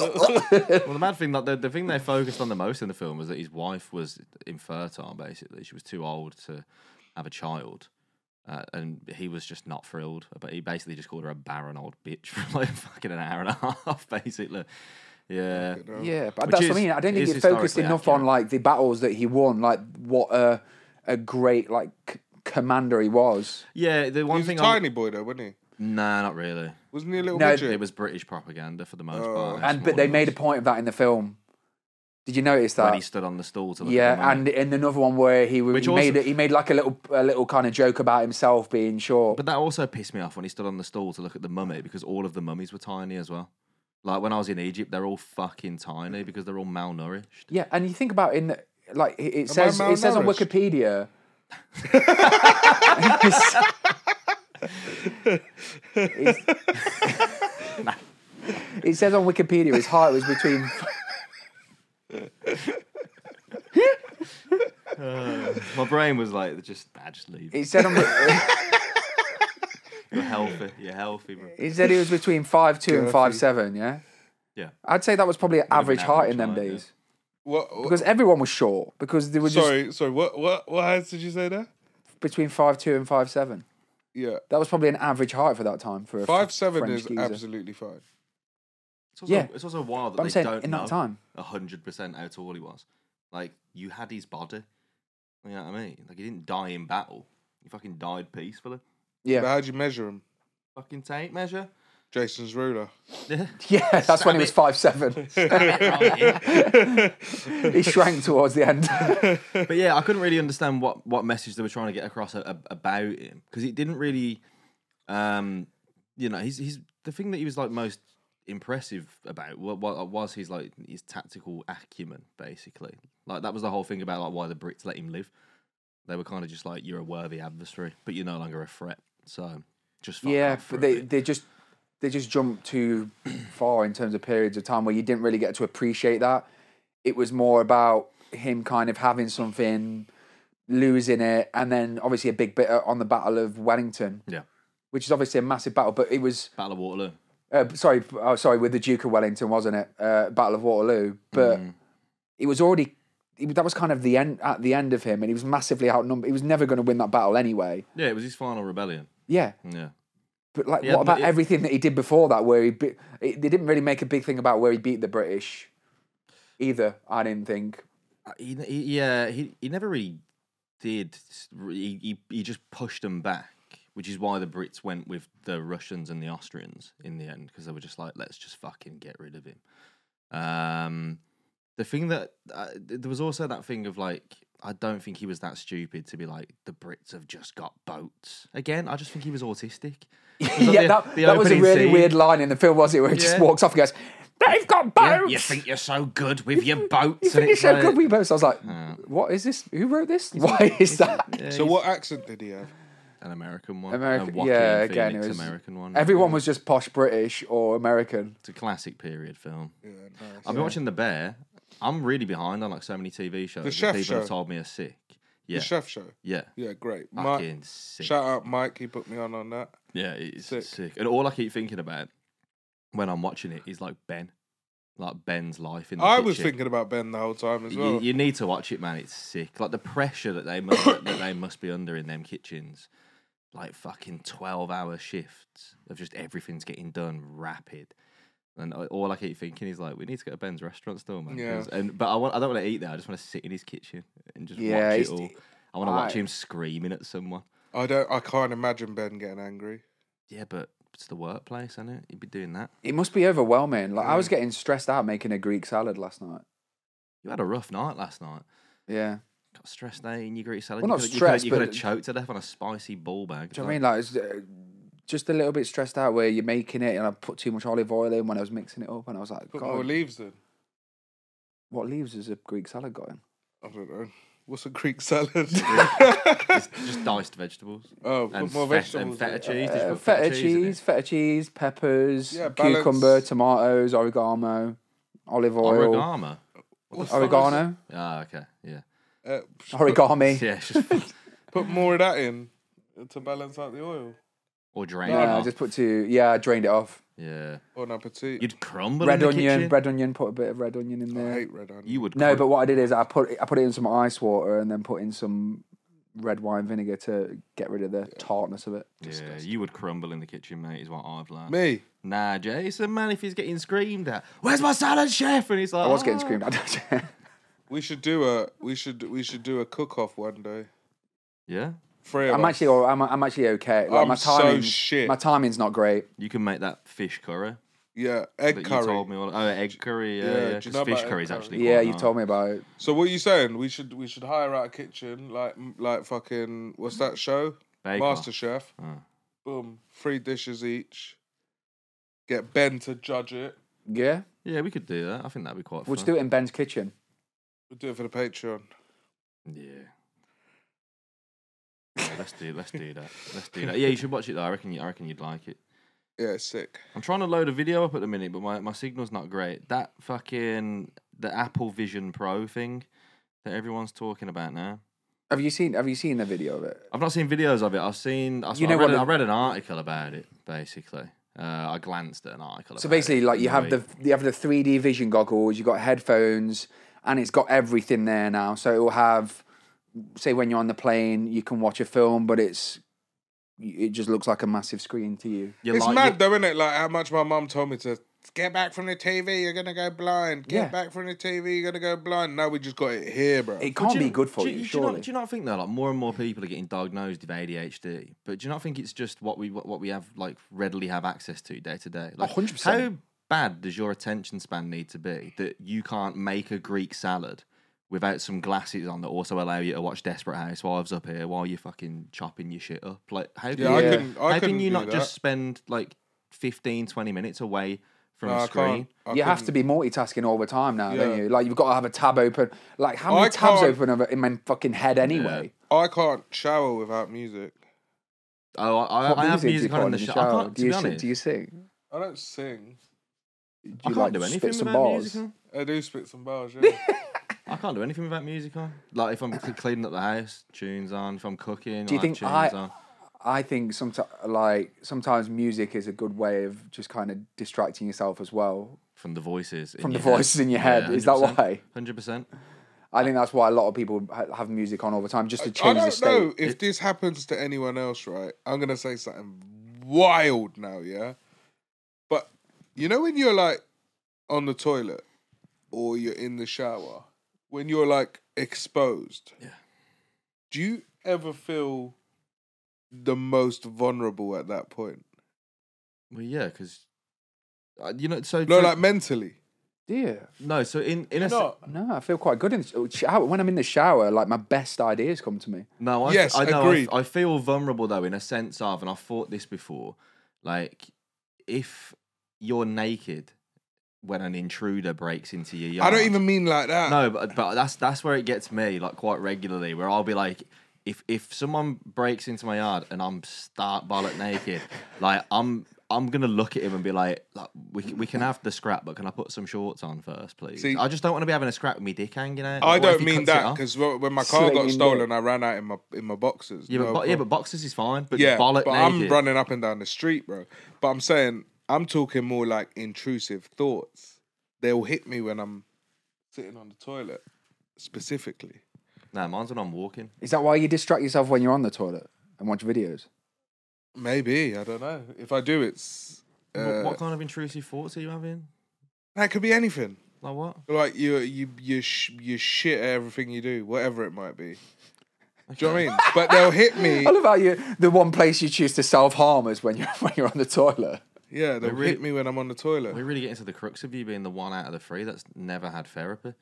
[SPEAKER 2] well, the mad thing, like, the, the thing they focused on the most in the film was that his wife was infertile, basically. She was too old to have a child. Uh, and he was just not thrilled. But he basically just called her a barren old bitch for like fucking an hour and a half, basically. Yeah.
[SPEAKER 4] yeah, but
[SPEAKER 2] Which
[SPEAKER 4] that's
[SPEAKER 2] is-
[SPEAKER 4] what I mean. I don't
[SPEAKER 2] is
[SPEAKER 4] think it focused
[SPEAKER 2] historically
[SPEAKER 4] enough
[SPEAKER 2] accurate.
[SPEAKER 4] on like the battles that he won, like what a a great like c- commander he was.
[SPEAKER 2] Yeah, the one
[SPEAKER 3] He was a
[SPEAKER 2] thing.
[SPEAKER 3] tiny boy though, wasn't he?
[SPEAKER 2] I'm... Nah, not really.
[SPEAKER 3] Wasn't he a little
[SPEAKER 4] No,
[SPEAKER 3] midget?
[SPEAKER 2] It was British propaganda for the most part.
[SPEAKER 4] and but they made a point of that in the film. Did you notice that?
[SPEAKER 2] when he stood on the stool to look at the
[SPEAKER 4] yeah,
[SPEAKER 2] money.
[SPEAKER 4] and in another one where he, w-
[SPEAKER 2] Which
[SPEAKER 4] he made
[SPEAKER 2] also-
[SPEAKER 4] it, he made like a little a little kind of joke about himself being short.
[SPEAKER 2] But that also pissed me off when he stood on the stool to look at the mummy because all of the mummies were tiny as well. Like when I was in Egypt, they're all fucking tiny because they're all malnourished.
[SPEAKER 4] yeah, and you think about in the, like it- it says it says on
[SPEAKER 3] malnourished?
[SPEAKER 4] Wikipedia. it says on Wikipedia his height was between.
[SPEAKER 2] My brain was like, just, nah, just leave.
[SPEAKER 4] It said on.
[SPEAKER 2] You're healthy. You're healthy. Bro.
[SPEAKER 4] He said he was between five two and
[SPEAKER 3] Girthy.
[SPEAKER 4] five seven. Yeah.
[SPEAKER 2] Yeah.
[SPEAKER 4] I'd say that was probably an average height in them
[SPEAKER 2] average height, yeah.
[SPEAKER 4] days.
[SPEAKER 3] What? what-
[SPEAKER 4] because everyone was short because they were just
[SPEAKER 3] sorry, sorry. What? What? What heights did you say there?
[SPEAKER 4] between five two and five seven.
[SPEAKER 3] Yeah,
[SPEAKER 4] That was probably an average height for that time for a
[SPEAKER 3] five seven
[SPEAKER 4] French
[SPEAKER 3] is
[SPEAKER 4] geezer.
[SPEAKER 3] absolutely fine.
[SPEAKER 2] It's also,
[SPEAKER 4] Yeah.
[SPEAKER 2] it's also wild that
[SPEAKER 4] But I'm
[SPEAKER 2] they
[SPEAKER 4] saying
[SPEAKER 2] don't
[SPEAKER 4] in
[SPEAKER 2] know
[SPEAKER 4] that time.
[SPEAKER 2] hundred percent how tall he was. Like you had his body. You know what I mean? Like he didn't die in battle. He fucking died peacefully.
[SPEAKER 3] But
[SPEAKER 4] Yeah,
[SPEAKER 3] how do you measure him?
[SPEAKER 2] Fucking tape measure.
[SPEAKER 3] Jason's ruler.
[SPEAKER 4] yeah. That's when he was five seven. he shrank towards the end.
[SPEAKER 2] but yeah, I couldn't really understand what what message they were trying to get across a, a- about him because it didn't really, um, you know, he's he's the thing that he was like most impressive about what, what was his like his tactical acumen basically. Like that was the whole thing about like why the Brits let him live. They were kind of just like you're a worthy adversary, but you're no longer a threat. So just fuck
[SPEAKER 4] yeah,
[SPEAKER 2] off for a
[SPEAKER 4] but they,
[SPEAKER 2] bit.
[SPEAKER 4] they just they just jumped too far in terms of periods of time where you didn't really get to appreciate that. It was more about him kind of having something, losing it, and then obviously a big bit on the Battle of Wellington,
[SPEAKER 2] yeah
[SPEAKER 4] which is obviously a massive battle, but it was
[SPEAKER 2] Battle of Waterloo.
[SPEAKER 4] uh, sorry, oh, sorry, with the Duke of Wellington, wasn't it? Uh, Battle of Waterloo, but
[SPEAKER 2] Mm.
[SPEAKER 4] it was already it- that was kind of the end at the end of him, and he was massively outnumbered. He was never going to win that battle anyway.
[SPEAKER 2] Yeah, it was his final rebellion.
[SPEAKER 4] Yeah,
[SPEAKER 2] Yeah.
[SPEAKER 4] but like,
[SPEAKER 2] Yeah,
[SPEAKER 4] what
[SPEAKER 2] but
[SPEAKER 4] about
[SPEAKER 2] it-
[SPEAKER 4] everything that he did before that? Where he be, it, they didn't really make a big thing about where he beat the British either. I didn't think.
[SPEAKER 2] Uh, he, he yeah he, he never really did s- re- he, he he just pushed them back which is why the brits went with the russians and the austrians in the end because they were just like let's just fucking get rid of him um the thing that uh, th- there was also that thing of like i don't think he was that stupid to be like the brits have just got boats again i just think he was autistic 'Cause at
[SPEAKER 4] yeah,
[SPEAKER 2] the-
[SPEAKER 4] that,
[SPEAKER 2] the
[SPEAKER 4] that was a
[SPEAKER 2] opening
[SPEAKER 4] really
[SPEAKER 2] scene-
[SPEAKER 4] weird line in the film, was it? Where he just
[SPEAKER 2] Yeah.
[SPEAKER 4] walks off and goes, "They've got boats."
[SPEAKER 2] yeah, you think you're so good with your boats
[SPEAKER 4] You
[SPEAKER 2] and
[SPEAKER 4] think it's
[SPEAKER 2] it's
[SPEAKER 4] so
[SPEAKER 2] like-
[SPEAKER 4] good? We boats. I was like,
[SPEAKER 2] Hmm.
[SPEAKER 4] "What is this? Who wrote this? Why is that?"
[SPEAKER 2] Yeah,
[SPEAKER 3] So what accent did he have?
[SPEAKER 2] an american one
[SPEAKER 4] American,
[SPEAKER 2] a Joaquin
[SPEAKER 4] yeah. Again,
[SPEAKER 2] Phoenix
[SPEAKER 4] it was
[SPEAKER 2] american one
[SPEAKER 4] Everyone was just posh British or American.
[SPEAKER 2] It's a classic period film.
[SPEAKER 3] Yeah, nice.
[SPEAKER 2] I've been watching The Bear. I'm really behind on like so many TV shows. that
[SPEAKER 3] Chef
[SPEAKER 2] people
[SPEAKER 3] Show.
[SPEAKER 2] have told me are sick. Yeah,
[SPEAKER 3] The chef show.
[SPEAKER 2] yeah,
[SPEAKER 3] Yeah, great. Mike,
[SPEAKER 2] fucking sick.
[SPEAKER 3] shout out Mike. He put me on on that.
[SPEAKER 2] Yeah, it's
[SPEAKER 3] Sick.
[SPEAKER 2] sick. And all I keep thinking about when I'm watching it is like Ben, like Ben's life in the
[SPEAKER 3] I was
[SPEAKER 2] kitchen.
[SPEAKER 3] thinking about Ben the whole time as
[SPEAKER 2] You,
[SPEAKER 3] well.
[SPEAKER 2] you need to watch it, man. It's sick. Like the pressure that they must that they must be under in them kitchens, like fucking twelve hour shifts of just everything's getting done rapid. And I- all I keep thinking is like, we need to go to Ben's restaurant still, man.
[SPEAKER 3] Yeah.
[SPEAKER 2] 'cause- And but I want I don't want to eat there. I just want to sit in his kitchen and just
[SPEAKER 4] Yeah,
[SPEAKER 2] watch
[SPEAKER 4] it's-
[SPEAKER 2] it all. I want to watch
[SPEAKER 4] I-
[SPEAKER 2] him screaming at someone.
[SPEAKER 3] I don't. I can't imagine Ben getting angry.
[SPEAKER 2] Yeah, but it's the workplace, isn't it? You'd be doing that.
[SPEAKER 4] It must be overwhelming. Like I was getting stressed out making a Greek salad last night.
[SPEAKER 2] You had a rough night last night.
[SPEAKER 4] Yeah,
[SPEAKER 2] Got stressed out in your Greek salad.
[SPEAKER 4] Well,
[SPEAKER 2] you
[SPEAKER 4] not
[SPEAKER 2] coulda-
[SPEAKER 4] stressed,
[SPEAKER 2] You could have
[SPEAKER 4] but-
[SPEAKER 2] choked to death on a spicy ball bag.
[SPEAKER 4] do you know
[SPEAKER 2] like-
[SPEAKER 4] what I mean? Like it's uh, just a little bit stressed out where you're making it, and I put too much olive oil in when I was mixing it up, and I was like,
[SPEAKER 3] Put
[SPEAKER 4] God,
[SPEAKER 3] more leaves in.
[SPEAKER 4] what leaves has a Greek salad got in?
[SPEAKER 3] I don't know. What's a Greek salad?
[SPEAKER 2] just diced vegetables
[SPEAKER 3] oh, put
[SPEAKER 2] and,
[SPEAKER 3] more
[SPEAKER 2] fet- and
[SPEAKER 3] vegetables.
[SPEAKER 2] feta
[SPEAKER 3] in.
[SPEAKER 2] cheese. Did you
[SPEAKER 4] Uh,
[SPEAKER 2] put
[SPEAKER 4] feta
[SPEAKER 2] in
[SPEAKER 4] cheese,
[SPEAKER 2] it?
[SPEAKER 4] feta cheese, peppers,
[SPEAKER 3] Yeah, balance.
[SPEAKER 4] cucumber, tomatoes, oregano, olive oil,
[SPEAKER 2] Origami.
[SPEAKER 3] Oh, What's Uh, the-
[SPEAKER 4] oregano,
[SPEAKER 2] Ah, okay, yeah,
[SPEAKER 4] eh?
[SPEAKER 3] Uh,
[SPEAKER 4] origami.
[SPEAKER 2] yeah, it's just
[SPEAKER 3] put more of that in to balance out the oil.
[SPEAKER 2] or drain it
[SPEAKER 4] Yeah, I
[SPEAKER 2] off.
[SPEAKER 4] just put two. Yeah, I drained it off.
[SPEAKER 2] Yeah,
[SPEAKER 3] Bon appetit.
[SPEAKER 2] you'd crumble
[SPEAKER 4] red
[SPEAKER 2] in the
[SPEAKER 4] onion,
[SPEAKER 2] kitchen.
[SPEAKER 4] red onion. Put a bit of red onion in
[SPEAKER 3] I
[SPEAKER 4] there.
[SPEAKER 3] hate red onion.
[SPEAKER 2] You would
[SPEAKER 4] No,
[SPEAKER 2] crum-
[SPEAKER 4] but what I did is I put it- I put it in some ice water and then put in some red wine vinegar to get rid of the tartness of it.
[SPEAKER 2] yeah, you would crumble in the kitchen, mate. Is what I've learned.
[SPEAKER 3] Me.
[SPEAKER 2] Nah, Jason, man, if he's getting screamed at, where's my salad, chef? And he's like,
[SPEAKER 4] I was
[SPEAKER 2] "Ah."
[SPEAKER 4] getting screamed at.
[SPEAKER 3] We should do a. We should. We should do a cook off one day.
[SPEAKER 2] Yeah,
[SPEAKER 3] Three of
[SPEAKER 4] I'm
[SPEAKER 3] us.
[SPEAKER 4] actually all- I'm I'm actually okay. Like, my
[SPEAKER 3] I'm so
[SPEAKER 4] timing,
[SPEAKER 3] shit.
[SPEAKER 4] my timing's not great.
[SPEAKER 2] you can make that fish curry
[SPEAKER 3] Yeah,
[SPEAKER 2] that
[SPEAKER 3] egg
[SPEAKER 2] you
[SPEAKER 3] curry.
[SPEAKER 2] told me. All, oh, egg curry. Yeah,
[SPEAKER 3] Yeah,
[SPEAKER 2] yeah.
[SPEAKER 3] do you
[SPEAKER 2] 'cause
[SPEAKER 3] know about
[SPEAKER 2] fish
[SPEAKER 3] egg
[SPEAKER 2] curry is
[SPEAKER 3] curry?
[SPEAKER 2] actually.
[SPEAKER 4] Yeah,
[SPEAKER 2] quite
[SPEAKER 4] you
[SPEAKER 2] nice.
[SPEAKER 4] told me about it.
[SPEAKER 3] So what are you saying? We should. We should hire out a kitchen like like fucking. What's that show?
[SPEAKER 2] Bake Off.
[SPEAKER 3] Master Chef.
[SPEAKER 2] Oh.
[SPEAKER 3] Boom. Three dishes each. Get Ben to judge it.
[SPEAKER 4] Yeah,
[SPEAKER 2] Yeah, we could do that. I think that'd be quite. fun.
[SPEAKER 4] we'll just do it in Ben's kitchen.
[SPEAKER 3] We'll do it for the Patreon.
[SPEAKER 2] Yeah. Yeah, let's do let's do that. Let's do that. Yeah, you should watch it though. I reckon you I reckon you'd like it.
[SPEAKER 3] Yeah, it's sick.
[SPEAKER 2] I'm trying to load a video up at the minute, but my, my signal's not great. That fucking the Apple Vision Pro thing that everyone's talking about now.
[SPEAKER 4] Have you seen Have you seen the video of it?
[SPEAKER 2] I've not seen videos of it. I've seen I,
[SPEAKER 4] You
[SPEAKER 2] I
[SPEAKER 4] know
[SPEAKER 2] read,
[SPEAKER 4] what
[SPEAKER 2] I
[SPEAKER 4] the-
[SPEAKER 2] read an article about it, basically. Uh, I glanced at an article
[SPEAKER 4] So
[SPEAKER 2] about it
[SPEAKER 4] basically, like you
[SPEAKER 2] in
[SPEAKER 4] have the
[SPEAKER 2] week.
[SPEAKER 4] you have the 3D vision goggles, you have got headphones, and it's got everything there now. So it will have, say, when you're on the plane, you can watch a film, but it's it just looks like a massive screen to you.
[SPEAKER 2] You
[SPEAKER 3] it's
[SPEAKER 2] like-
[SPEAKER 3] mad though, isn't it? Like how much my mum told me to get back from the TV, you're gonna go blind. Get
[SPEAKER 4] Yeah.
[SPEAKER 3] back from the TV, you're gonna go blind. Now we just got it here, bro.
[SPEAKER 4] It
[SPEAKER 2] But
[SPEAKER 4] can't
[SPEAKER 2] do
[SPEAKER 4] be good for
[SPEAKER 2] do
[SPEAKER 4] you,
[SPEAKER 2] do
[SPEAKER 4] surely.
[SPEAKER 2] not, do you not think that like more and more people are getting diagnosed with ADHD? But do you not think it's just what we what, what we have like readily have access to day to day? Like
[SPEAKER 4] 100%.
[SPEAKER 2] How bad does your attention span need to be that you can't make a Greek salad without some glasses on that also allow you to watch Desperate Housewives up here while you're fucking chopping your shit up? Like how can
[SPEAKER 3] yeah, I
[SPEAKER 4] Yeah.
[SPEAKER 2] you,
[SPEAKER 3] couldn't. I
[SPEAKER 2] how
[SPEAKER 3] couldn't
[SPEAKER 2] can you
[SPEAKER 3] do
[SPEAKER 2] not
[SPEAKER 3] that.
[SPEAKER 2] just spend like 15, 20 minutes away from
[SPEAKER 3] No,
[SPEAKER 2] a
[SPEAKER 3] I
[SPEAKER 2] screen?
[SPEAKER 3] can't. I
[SPEAKER 4] you have
[SPEAKER 3] couldn't.
[SPEAKER 4] to be multitasking all the time now,
[SPEAKER 3] Yeah.
[SPEAKER 4] don't you? Like you've got to have a tab open. Like how many
[SPEAKER 3] I
[SPEAKER 4] tabs
[SPEAKER 3] can't-
[SPEAKER 4] open are in my fucking head anyway?
[SPEAKER 3] I can't shower without music.
[SPEAKER 2] Oh, I,
[SPEAKER 4] What
[SPEAKER 2] I, I have
[SPEAKER 4] do you
[SPEAKER 2] music
[SPEAKER 4] put
[SPEAKER 2] on in the,
[SPEAKER 4] your
[SPEAKER 2] shower. I
[SPEAKER 4] shower?
[SPEAKER 2] can't,
[SPEAKER 4] do
[SPEAKER 2] to
[SPEAKER 4] you
[SPEAKER 2] be
[SPEAKER 4] sing-
[SPEAKER 2] honest,
[SPEAKER 4] do you sing?
[SPEAKER 3] I don't sing.
[SPEAKER 4] Do you
[SPEAKER 2] I can't
[SPEAKER 4] like
[SPEAKER 2] do
[SPEAKER 4] spit
[SPEAKER 2] anything
[SPEAKER 4] some
[SPEAKER 2] without
[SPEAKER 4] bars?
[SPEAKER 2] music on.
[SPEAKER 3] I do spit some bars. Yeah.
[SPEAKER 2] I can't do anything without music on. Like if I'm cl- cleaning up the house, tunes on. If I'm cooking,
[SPEAKER 4] Do you
[SPEAKER 2] I
[SPEAKER 4] think
[SPEAKER 2] have
[SPEAKER 4] I-
[SPEAKER 2] tunes on.
[SPEAKER 4] I think sometimes, like sometimes, music is a good way of just kind of distracting yourself as well.
[SPEAKER 2] From the voices. in
[SPEAKER 4] From the
[SPEAKER 2] your head.
[SPEAKER 4] voices in your head, is that why?
[SPEAKER 2] Hundred percent.
[SPEAKER 4] I think that's why a lot of people ha- have music on all the time just to
[SPEAKER 3] I
[SPEAKER 4] change the
[SPEAKER 3] don't
[SPEAKER 4] state.
[SPEAKER 3] know if this happens to anyone else, right? I'm gonna say something wild now, yeah. But you know when you're like on the toilet or you're in the shower, when you're like exposed,
[SPEAKER 2] Yeah.
[SPEAKER 3] Do you ever feel the most vulnerable at that point?
[SPEAKER 2] Well, yeah, because you know. So
[SPEAKER 3] No,
[SPEAKER 2] for-
[SPEAKER 3] like mentally.
[SPEAKER 4] Yeah.
[SPEAKER 2] no. So in in a se-
[SPEAKER 3] No.
[SPEAKER 4] No, I feel quite good in the sh- oh, shower. When I'm in the shower, like my best ideas come to me.
[SPEAKER 2] No, I,
[SPEAKER 3] Yes,
[SPEAKER 2] I know.
[SPEAKER 3] agreed.
[SPEAKER 2] I, I feel vulnerable though, in a sense of, and I've thought this before. Like, if you're naked when an intruder breaks into your yard,
[SPEAKER 3] I don't even mean like that.
[SPEAKER 2] No, but but that's that's where it gets me like quite regularly, where I'll be like, if if someone breaks into my yard and I'm stark bollock naked, like I'm I'm gonna look at him and be like, like we c- we can have the scrap, but can I put some shorts on first, please?
[SPEAKER 3] See-
[SPEAKER 2] I just don't want to be having a scrap with me dick hanging out. What
[SPEAKER 3] I
[SPEAKER 2] if
[SPEAKER 3] don't
[SPEAKER 2] he
[SPEAKER 3] mean
[SPEAKER 2] cuts it
[SPEAKER 3] that
[SPEAKER 2] off?
[SPEAKER 3] because when my car
[SPEAKER 4] Slinging
[SPEAKER 3] got
[SPEAKER 4] dick.
[SPEAKER 3] stolen, I ran out in my in my boxes.
[SPEAKER 2] Yeah,
[SPEAKER 3] No
[SPEAKER 2] but, bo- yeah,
[SPEAKER 3] problem.
[SPEAKER 2] but boxes is fine, but
[SPEAKER 3] Yeah,
[SPEAKER 2] bollock
[SPEAKER 3] but
[SPEAKER 2] naked.
[SPEAKER 3] I'm running up and down the street, bro. But I'm saying I'm talking more like intrusive thoughts. They'll hit me when I'm sitting on the toilet, specifically.
[SPEAKER 2] Nah, mine's when I'm walking.
[SPEAKER 4] Is that why you distract yourself when you're on the toilet and watch videos?
[SPEAKER 3] Maybe I don't know. If I do, it's
[SPEAKER 2] Wh-
[SPEAKER 3] uh,
[SPEAKER 2] what, kind of intrusive thoughts are you having?
[SPEAKER 3] that could be anything.
[SPEAKER 2] Like what?
[SPEAKER 3] Like you, you, you, sh- you shit at everything you do, whatever it might be. Do you know what I mean? But they'll hit me.
[SPEAKER 4] I love how you. The one place you choose to self harm is when you're when you're on the toilet.
[SPEAKER 3] Yeah, they'll
[SPEAKER 2] really-
[SPEAKER 3] hit me when I'm on the toilet.
[SPEAKER 2] We really get into the crux of you being the one out of the three that's never had therapy.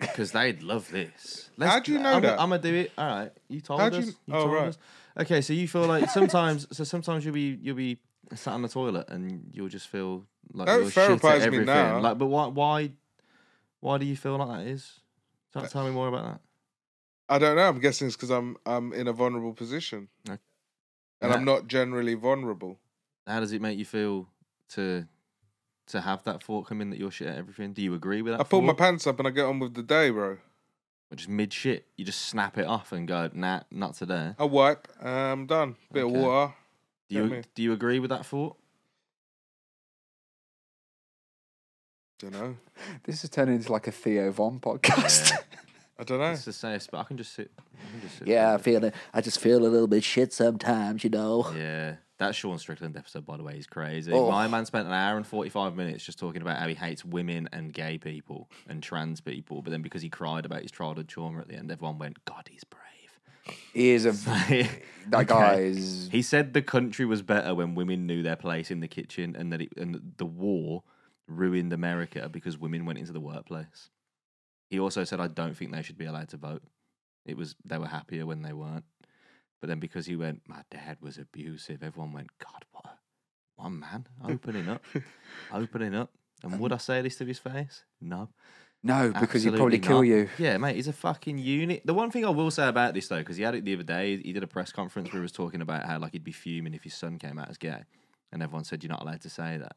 [SPEAKER 2] Because they'd love this. Let's,
[SPEAKER 3] How do you know
[SPEAKER 2] I'm,
[SPEAKER 3] that?
[SPEAKER 2] I'm gonna do it. All right, you told
[SPEAKER 3] How
[SPEAKER 2] us.
[SPEAKER 3] do you-
[SPEAKER 2] you
[SPEAKER 3] oh,
[SPEAKER 2] told
[SPEAKER 3] right.
[SPEAKER 2] us. Okay, so you feel like sometimes. so sometimes you'll be you'll be sat on the toilet and you'll just feel like
[SPEAKER 3] Don't
[SPEAKER 2] you're shit at
[SPEAKER 3] therapise me
[SPEAKER 2] everything.
[SPEAKER 3] now.
[SPEAKER 2] Like, but why why why do you feel like that is? Tell, tell me more about
[SPEAKER 3] I don't know. I'm guessing it's because I'm I'm in a vulnerable position,
[SPEAKER 2] Okay.
[SPEAKER 3] and I'm
[SPEAKER 2] Nah.
[SPEAKER 3] not generally vulnerable.
[SPEAKER 2] that. How does it make you feel to to have that thought come in that you're shit at everything? Do you agree with that?
[SPEAKER 3] I pull my
[SPEAKER 2] thought?
[SPEAKER 3] pants up and I get on with the day, bro.
[SPEAKER 2] Or just mid shit, you just snap it off and go, nah, not today.
[SPEAKER 3] I wipe. I'm done. Bit
[SPEAKER 2] Okay.
[SPEAKER 3] of water.
[SPEAKER 2] Do you
[SPEAKER 3] Definitely.
[SPEAKER 2] do you agree with that thought?
[SPEAKER 3] Don't know.
[SPEAKER 4] This is turning into like a Theo Von podcast.
[SPEAKER 3] I don't know.
[SPEAKER 2] It's the safe spot. I can just sit. I can just sit
[SPEAKER 5] Yeah, I
[SPEAKER 2] there.
[SPEAKER 5] feel it. I just feel a little bit shit sometimes, you know.
[SPEAKER 2] Yeah. That Sean Strickland episode, by the way, is crazy.
[SPEAKER 5] Oh.
[SPEAKER 2] My man spent an hour and 45 minutes just talking about how he hates women and gay people and trans people. But then because he cried about his childhood trauma at the end, everyone went, God, he's brave.
[SPEAKER 4] He is a that
[SPEAKER 2] Okay.
[SPEAKER 4] guy is
[SPEAKER 2] He said the country was better when women knew their place in the kitchen and that it, and the war ruined America because women went into the workplace. He also said, I don't think they should be allowed to vote. It was they were happier when they weren't. But then because he went, my dad was abusive. Everyone went, God, what a, one man opening up, opening up. And would I say this to his face? No.
[SPEAKER 4] no because he'd
[SPEAKER 2] Absolutely
[SPEAKER 4] probably kill
[SPEAKER 2] not.
[SPEAKER 4] you.
[SPEAKER 2] Yeah, mate, he's a fucking unit. The one thing I will say about this though, because he had it the other day, he did a press conference where he was talking about how like he'd be fuming if his son came out as gay, and everyone said you're not allowed to say that.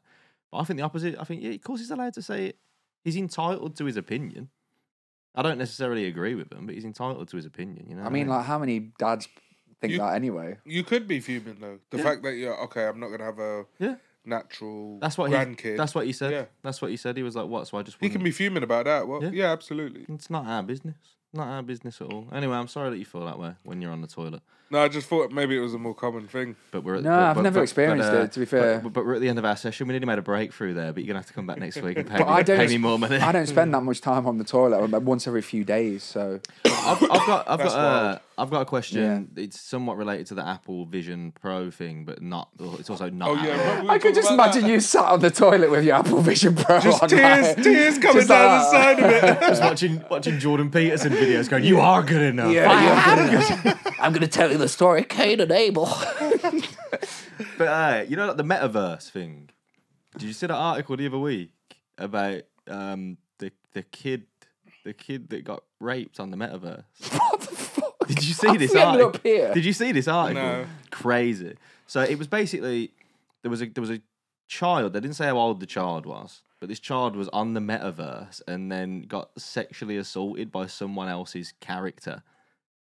[SPEAKER 2] But I think the opposite. I think yeah, of course he's allowed to say it. He's entitled to his opinion. I don't necessarily agree with him, but he's entitled to his opinion. You know,
[SPEAKER 4] I mean, like how many dads think
[SPEAKER 3] You-
[SPEAKER 4] that anyway?
[SPEAKER 3] You could be fuming though. The fact that you're okay, I'm not gonna have a
[SPEAKER 2] yeah,
[SPEAKER 3] natural
[SPEAKER 2] That's what
[SPEAKER 3] grandkid.
[SPEAKER 2] he. That's what he said.
[SPEAKER 3] Yeah.
[SPEAKER 2] That's what he said. He was like, "What?" So I just.
[SPEAKER 3] he can
[SPEAKER 2] wouldn't-
[SPEAKER 3] be fuming about that. Well,
[SPEAKER 2] Yeah.
[SPEAKER 3] yeah, absolutely.
[SPEAKER 2] It's not our business. Not our business at all. Anyway, I'm sorry that you feel that way when you're on the toilet.
[SPEAKER 3] No, I just thought maybe it was a more common thing.
[SPEAKER 2] But we're at,
[SPEAKER 4] No,
[SPEAKER 2] but-
[SPEAKER 4] I've
[SPEAKER 2] but-
[SPEAKER 4] never
[SPEAKER 2] but-
[SPEAKER 4] experienced
[SPEAKER 2] but, uh,
[SPEAKER 4] it, to be fair.
[SPEAKER 2] but, but we're at the end of our session. We nearly made a breakthrough there, but you're gonna have to come back next week and pay,
[SPEAKER 4] But
[SPEAKER 2] me,
[SPEAKER 4] I don't.
[SPEAKER 2] pay me more money.
[SPEAKER 4] I don't spend that much time on the toilet. Like once every few days. So
[SPEAKER 2] I've, I've got, I've got,
[SPEAKER 3] That's
[SPEAKER 2] uh,
[SPEAKER 3] wild.
[SPEAKER 2] I've got a question. It's somewhat related to the Apple Vision Pro thing, but not. It's also not.
[SPEAKER 3] Oh
[SPEAKER 2] Apple.
[SPEAKER 3] yeah, remember we were
[SPEAKER 4] I
[SPEAKER 3] talking
[SPEAKER 4] could just
[SPEAKER 3] about
[SPEAKER 4] imagine
[SPEAKER 3] that?
[SPEAKER 4] you sat on the toilet with your Apple Vision Pro.
[SPEAKER 3] Just
[SPEAKER 4] on,
[SPEAKER 3] tears,
[SPEAKER 4] like-
[SPEAKER 3] tears coming
[SPEAKER 4] just
[SPEAKER 3] down the
[SPEAKER 4] like
[SPEAKER 3] side of it.
[SPEAKER 2] Just watching watching Jordan Peterson videos, going, "You are good enough."
[SPEAKER 4] Yeah, yeah.
[SPEAKER 5] I'm gonna tell you the story, Cain and Abel.
[SPEAKER 2] But uh, you know, like the metaverse thing. Did you see that article the other week about um, the the kid, the kid that got raped on the metaverse?
[SPEAKER 4] what the fuck?
[SPEAKER 2] Did you see
[SPEAKER 4] How
[SPEAKER 2] this
[SPEAKER 4] we ended
[SPEAKER 2] article?
[SPEAKER 4] up here?
[SPEAKER 2] Did you see this article?
[SPEAKER 3] No.
[SPEAKER 2] Crazy. So it was basically there was a there was a child. They didn't say how old the child was, but this child was on the metaverse and then got sexually assaulted by someone else's character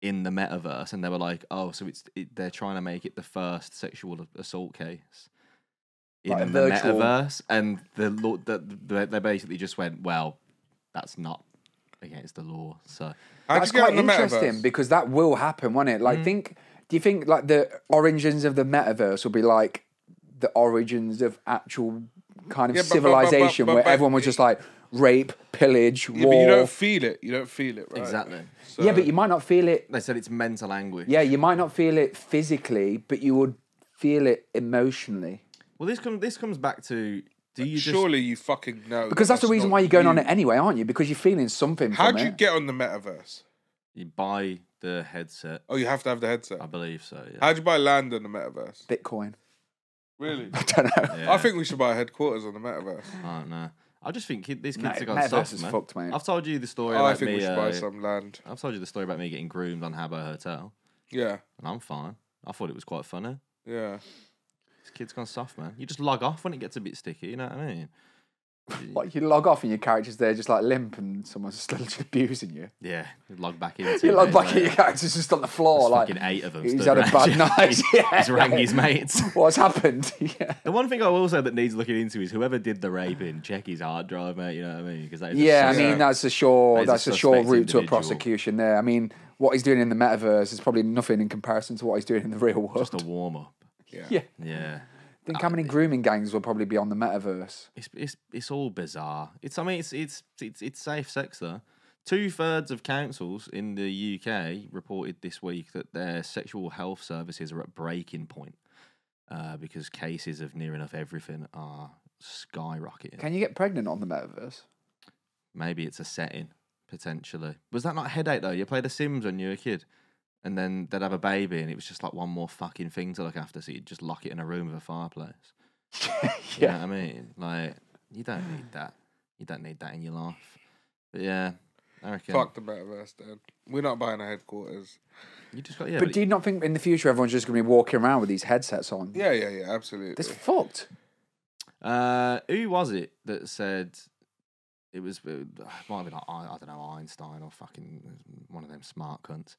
[SPEAKER 2] in the metaverse, and they were like, "Oh, so it's it, they're trying to make it the first sexual assault case." In
[SPEAKER 4] Like a
[SPEAKER 2] the
[SPEAKER 4] virtual-
[SPEAKER 2] metaverse, and the, law- the, the they basically just went, "Well, that's not against the law." So
[SPEAKER 3] How'd
[SPEAKER 4] That's
[SPEAKER 3] you get
[SPEAKER 4] quite
[SPEAKER 3] on the
[SPEAKER 4] interesting
[SPEAKER 3] metaverse? Mm.
[SPEAKER 4] because that will happen, won't it? Like, think. Do you think like the origins of the metaverse will be like the origins of actual kind
[SPEAKER 3] Yeah, but- but- but-
[SPEAKER 4] of
[SPEAKER 3] but-
[SPEAKER 4] civilization
[SPEAKER 3] but-
[SPEAKER 4] where
[SPEAKER 3] but-
[SPEAKER 4] everyone was just like rape, pillage,
[SPEAKER 3] Yeah, but you
[SPEAKER 4] war?
[SPEAKER 3] don't uh, feel it. You don't feel it, right?
[SPEAKER 2] exactly.
[SPEAKER 3] So-
[SPEAKER 4] yeah, but you might not feel it.
[SPEAKER 2] They said it's mental anguish.
[SPEAKER 4] Yeah, you might not feel it physically, but you would feel it emotionally.
[SPEAKER 2] Well, this comes this comes back to do you just
[SPEAKER 3] surely you fucking know.
[SPEAKER 4] Because
[SPEAKER 3] that
[SPEAKER 4] that's the reason
[SPEAKER 3] not
[SPEAKER 4] why you're going on
[SPEAKER 3] you.
[SPEAKER 4] it anyway, aren't you? Because you're feeling something.
[SPEAKER 3] How'd
[SPEAKER 4] from
[SPEAKER 3] you
[SPEAKER 4] it.
[SPEAKER 3] get on the metaverse?
[SPEAKER 2] you buy the headset?
[SPEAKER 3] Oh, you have to have the headset.
[SPEAKER 2] I believe so. Yeah.
[SPEAKER 3] How'd you buy land on the metaverse?
[SPEAKER 4] Bitcoin?
[SPEAKER 3] Really?
[SPEAKER 4] I don't know.
[SPEAKER 2] Yeah,
[SPEAKER 3] I think we should buy headquarters on the metaverse.
[SPEAKER 2] I don't know. I just think kid, these kids
[SPEAKER 4] No,
[SPEAKER 2] have gone
[SPEAKER 4] metaverse
[SPEAKER 2] soft,
[SPEAKER 4] is
[SPEAKER 2] man.
[SPEAKER 4] fucked, mate.
[SPEAKER 2] I've told you the story
[SPEAKER 3] Oh,
[SPEAKER 2] about
[SPEAKER 3] I think
[SPEAKER 2] me.
[SPEAKER 3] we should buy
[SPEAKER 2] uh,
[SPEAKER 3] some land.
[SPEAKER 2] I've told you the story about me getting groomed on Habbo Hotel,
[SPEAKER 3] Yeah,
[SPEAKER 2] and I'm fine. I thought it was quite funny.
[SPEAKER 3] yeah.
[SPEAKER 2] This kid's gone soft, man. You just log off when it gets a bit sticky. You know what I mean?
[SPEAKER 4] What, you log off and your character's there just like limp and someone's still just abusing you.
[SPEAKER 2] Yeah, you log back in. two
[SPEAKER 4] You log
[SPEAKER 2] days
[SPEAKER 4] back at
[SPEAKER 2] later.
[SPEAKER 4] your character's just on the floor,
[SPEAKER 2] There's
[SPEAKER 4] like
[SPEAKER 2] fucking eight of them.
[SPEAKER 4] he's
[SPEAKER 2] stood
[SPEAKER 4] had a
[SPEAKER 2] around
[SPEAKER 4] bad
[SPEAKER 2] you.
[SPEAKER 4] night. yeah.
[SPEAKER 2] He's rang his mates.
[SPEAKER 4] What's happened? yeah.
[SPEAKER 2] The one thing I will say that needs looking into is whoever did the raping, check his hard drive, mate. You know what I mean? Because that is just
[SPEAKER 4] Yeah, I
[SPEAKER 2] such a-
[SPEAKER 4] mean that's a sure
[SPEAKER 2] That is a
[SPEAKER 4] that's a, sure route
[SPEAKER 2] suspect
[SPEAKER 4] to a
[SPEAKER 2] individual.
[SPEAKER 4] prosecution. There, I mean, what he's doing in the metaverse is probably nothing in comparison to what he's doing in the real world.
[SPEAKER 2] just a warm up.
[SPEAKER 4] yeah,
[SPEAKER 2] Yeah,
[SPEAKER 4] think how many grooming gangs will probably be on the metaverse.
[SPEAKER 2] it's it's it's all bizarre. It's I mean it's it's it's, it's safe sex though. Two thirds of councils in the UK reported this week that their sexual health services are at breaking point uh, because cases of near enough everything are skyrocketing.
[SPEAKER 4] Can you get pregnant on the metaverse?
[SPEAKER 2] Maybe it's a setting potentially. Was that not a headache though? You played The Sims when you were a kid. And then they'd have a baby, and it was just like one more fucking thing to look after. So you'd just lock it in a room with a fireplace.
[SPEAKER 4] Yeah.
[SPEAKER 2] You know what I mean? Like, you don't need that. You don't need that in your life. But yeah, I reckon.
[SPEAKER 3] Fuck the metaverse, then. We're not buying a headquarters.
[SPEAKER 2] You just got, yeah.
[SPEAKER 4] but do you not think in the future everyone's just going to be walking around with these headsets on?
[SPEAKER 3] Yeah, yeah, yeah. Absolutely.
[SPEAKER 4] This fucked.
[SPEAKER 2] uh, who was it that said it was, uh, it might have been like, I, I don't know, Einstein or fucking one of them smart cunts.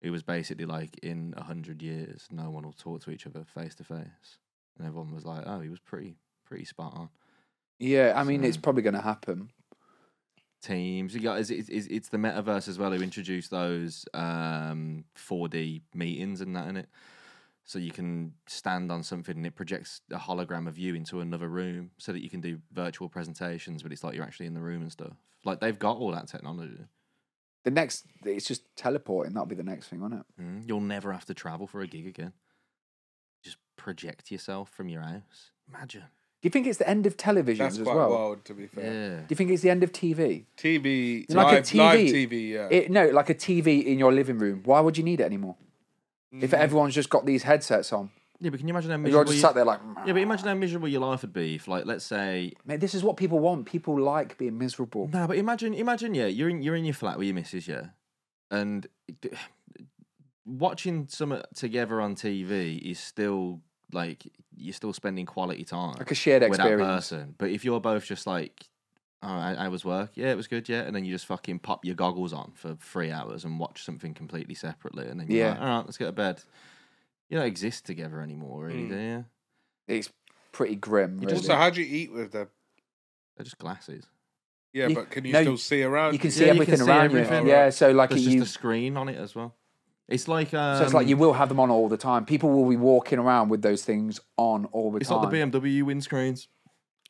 [SPEAKER 2] It was basically like, in a hundred years, no one will talk to each other face to face. And everyone was like, oh, he was pretty, pretty spot on.
[SPEAKER 4] Yeah, I mean it's
[SPEAKER 2] So-
[SPEAKER 4] probably going to happen.
[SPEAKER 2] teams. You got is it's, it's, it's the metaverse as well who introduced those um 4D meetings and that in it. So you can stand on something and it projects a hologram of you into another room so that you can do virtual presentations, but it's like you're actually in the room and stuff. Like they've got all that technology.
[SPEAKER 4] The next, it's just teleporting. That'll be the next thing, won't it?
[SPEAKER 2] Mm, You'll never have to travel for a gig again. Just project yourself from your house. Imagine.
[SPEAKER 4] Do you think it's the end of television
[SPEAKER 3] That's
[SPEAKER 4] as
[SPEAKER 3] quite
[SPEAKER 4] well?
[SPEAKER 3] wild, to be fair.
[SPEAKER 2] Yeah.
[SPEAKER 4] Do you think it's the end of TV?
[SPEAKER 3] TV,
[SPEAKER 4] Like a
[SPEAKER 3] live,
[SPEAKER 4] TV.
[SPEAKER 3] live TV. Yeah.
[SPEAKER 4] It, no, like a TV in your living room. Why would you need it anymore?
[SPEAKER 3] Mm.
[SPEAKER 4] If everyone's just got these headsets on,
[SPEAKER 2] Yeah, but can you imagine how
[SPEAKER 4] you're
[SPEAKER 2] miserable
[SPEAKER 4] just
[SPEAKER 2] you-
[SPEAKER 4] sat there like,
[SPEAKER 2] Yeah, but imagine how miserable your life would be if like let's say
[SPEAKER 4] mate, this is what people want. People like being miserable.
[SPEAKER 2] No, but imagine, imagine, yeah, you're in, you're in your flat with your missus, yeah, and d- watching some together on TV is still like you're still spending quality time
[SPEAKER 4] Like a shared
[SPEAKER 2] with that
[SPEAKER 4] experience.
[SPEAKER 2] person. But if you're both just like, oh, I, I was work, yeah, it was good, yeah, and then you just fucking pop your goggles on for three hours and watch something completely separately, and then you're
[SPEAKER 4] Yeah. Hmm.
[SPEAKER 2] like, all right, let's go to bed. You don't exist together anymore, really, do you?
[SPEAKER 4] It's pretty grim. Really.
[SPEAKER 3] Also, how do you eat with them?
[SPEAKER 2] They're just glasses.
[SPEAKER 3] Yeah,
[SPEAKER 4] You-
[SPEAKER 3] but can you
[SPEAKER 4] no,
[SPEAKER 3] still see around?
[SPEAKER 4] you can
[SPEAKER 3] you?
[SPEAKER 4] see
[SPEAKER 2] Yeah, you can
[SPEAKER 4] everything
[SPEAKER 2] see
[SPEAKER 4] around
[SPEAKER 2] everything.
[SPEAKER 4] you. Yeah, so like
[SPEAKER 2] There's just
[SPEAKER 4] you,
[SPEAKER 2] a screen on it as well. It's like um,
[SPEAKER 4] so it's like you will have them on all the time. People will be walking around with those things on all the
[SPEAKER 2] It's
[SPEAKER 4] time.
[SPEAKER 2] like the BMW windscreens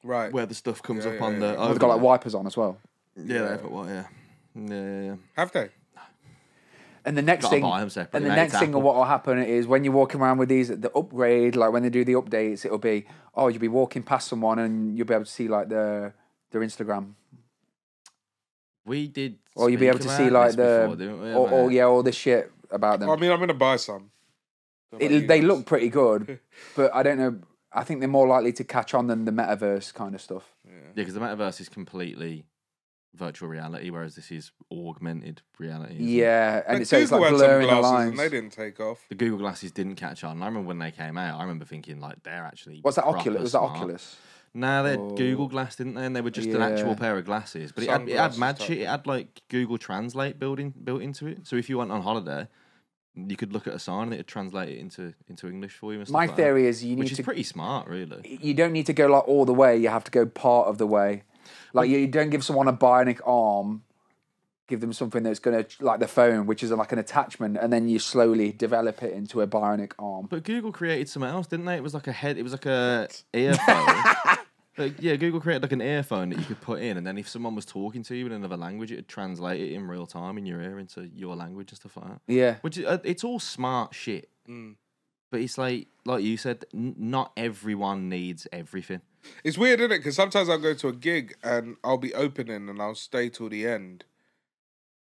[SPEAKER 3] Right.
[SPEAKER 2] where the stuff comes
[SPEAKER 3] Yeah,
[SPEAKER 2] up
[SPEAKER 3] yeah,
[SPEAKER 2] on the.
[SPEAKER 3] yeah.
[SPEAKER 2] Oh,
[SPEAKER 4] They've got like wipers on as well.
[SPEAKER 2] Yeah, they've got what? Yeah, yeah. yeah, yeah.
[SPEAKER 3] Have they?
[SPEAKER 4] And the next
[SPEAKER 2] Gotta
[SPEAKER 4] thing,
[SPEAKER 2] buy 'em separately,
[SPEAKER 4] and the
[SPEAKER 2] mate,
[SPEAKER 4] next
[SPEAKER 2] it's
[SPEAKER 4] thing,
[SPEAKER 2] Apple.
[SPEAKER 4] what will happen is when you're walking around with these, the upgrade, like when they do the updates, it'll be oh, you'll be walking past someone and you'll be able to see like their their Instagram,
[SPEAKER 2] We did.
[SPEAKER 4] or Oh, you'll be able
[SPEAKER 2] speak
[SPEAKER 4] to see
[SPEAKER 2] about this
[SPEAKER 4] like the
[SPEAKER 2] before, didn't we,
[SPEAKER 4] or, or
[SPEAKER 2] mate?
[SPEAKER 4] yeah, all this shit about them.
[SPEAKER 3] I mean, I'm gonna buy some. Don't know about you
[SPEAKER 4] it, they
[SPEAKER 3] guys.
[SPEAKER 4] look pretty good, but I don't know. I think they're more likely to catch on than the metaverse kind of stuff.
[SPEAKER 2] Yeah, because the metaverse is completely virtual reality, whereas this is augmented reality. isn't it?
[SPEAKER 4] Yeah, and
[SPEAKER 3] Like,
[SPEAKER 4] it says
[SPEAKER 3] Google
[SPEAKER 4] like
[SPEAKER 3] had some
[SPEAKER 4] blurring the
[SPEAKER 3] glasses
[SPEAKER 4] lines.
[SPEAKER 3] and they didn't take off.
[SPEAKER 2] The Google Glasses didn't catch on. I remember when they came out. I remember thinking like they're actually.
[SPEAKER 4] What's that?
[SPEAKER 2] proper
[SPEAKER 4] Oculus? Was that
[SPEAKER 2] smart.
[SPEAKER 4] Oculus?
[SPEAKER 2] No, they had
[SPEAKER 4] Oh.
[SPEAKER 2] Google Glass, didn't they? And they were just an actual
[SPEAKER 4] Yeah.
[SPEAKER 2] pair of glasses. But it had, it had
[SPEAKER 3] Sunglasses
[SPEAKER 2] mad
[SPEAKER 3] type
[SPEAKER 2] shit. It had like Google Translate built in, built into it. So if you went on holiday, you could look at a sign and it would translate it into into English for you. And stuff
[SPEAKER 4] My
[SPEAKER 2] like that,
[SPEAKER 4] theory is you need
[SPEAKER 2] which is
[SPEAKER 4] to
[SPEAKER 2] pretty smart, really.
[SPEAKER 4] you don't need to go like all the way. You have to go part of the way. Like you, you don't give someone a bionic arm. Give them something that's gonna like the phone, which is like an attachment, and then you slowly develop it into a bionic arm.
[SPEAKER 2] But Google created something else, didn't they? It was like a head. It was like a earphone. Like, yeah, Google created like an earphone that you could put in, and then if someone was talking to you in another language, it would translate it in real time in your ear into your language and stuff like that.
[SPEAKER 4] Yeah,
[SPEAKER 2] which is, uh, it's all smart shit. But it's like, like you said, n- not everyone needs everything.
[SPEAKER 3] It's weird, isn't it? Because sometimes I'll go to a gig and I'll be opening and I'll stay till the end.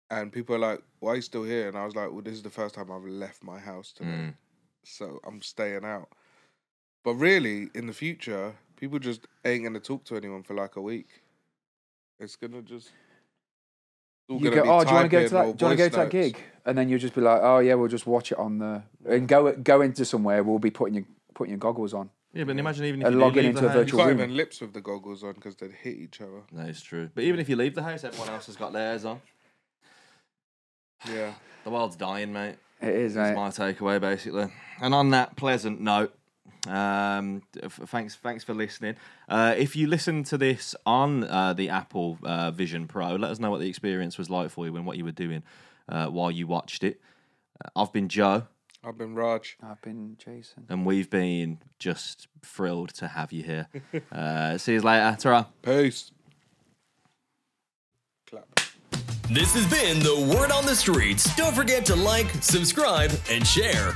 [SPEAKER 3] And people are like, why are you still here? And I was like, well, this is the first time I've left my house today.
[SPEAKER 4] Mm.
[SPEAKER 3] So I'm staying out. But really, in the future, people just ain't going to talk to anyone for like a week. It's going to just. all
[SPEAKER 4] you go.
[SPEAKER 3] gonna be
[SPEAKER 4] Oh, do you want to go
[SPEAKER 3] typing
[SPEAKER 4] to that?
[SPEAKER 3] or
[SPEAKER 4] Do you want to go
[SPEAKER 3] voice
[SPEAKER 4] to that
[SPEAKER 3] notes."
[SPEAKER 4] gig? And then you'll just be like, oh yeah, we'll just watch it on the and go go into somewhere. We'll be putting your putting your goggles on.
[SPEAKER 2] Yeah, but imagine even if
[SPEAKER 4] And
[SPEAKER 2] you do
[SPEAKER 4] log in
[SPEAKER 2] leave
[SPEAKER 4] into
[SPEAKER 2] the
[SPEAKER 4] a
[SPEAKER 2] house-
[SPEAKER 3] You
[SPEAKER 4] virtual
[SPEAKER 3] can't
[SPEAKER 4] room.
[SPEAKER 3] even lips with the goggles on because they'd hit each other.
[SPEAKER 2] No, it's true. But even if you leave the house, everyone else has got theirs on.
[SPEAKER 3] Yeah.
[SPEAKER 2] The world's dying, mate.
[SPEAKER 4] It is,
[SPEAKER 2] That's
[SPEAKER 4] mate.
[SPEAKER 2] my takeaway, basically. And on that pleasant note, um, f- thanks, thanks for listening. Uh, if you listen to this on uh, the Apple uh, Vision Pro, let us know what the experience was like for you and what you were doing uh, while you watched it. Uh, I've been Joe.
[SPEAKER 3] I've been Raj.
[SPEAKER 4] I've been Jason.
[SPEAKER 2] and we've been just thrilled to have you here. uh, see you later. ta
[SPEAKER 3] Peace. Clap.
[SPEAKER 1] This has been the word on the streets. Don't forget to like, subscribe, and share.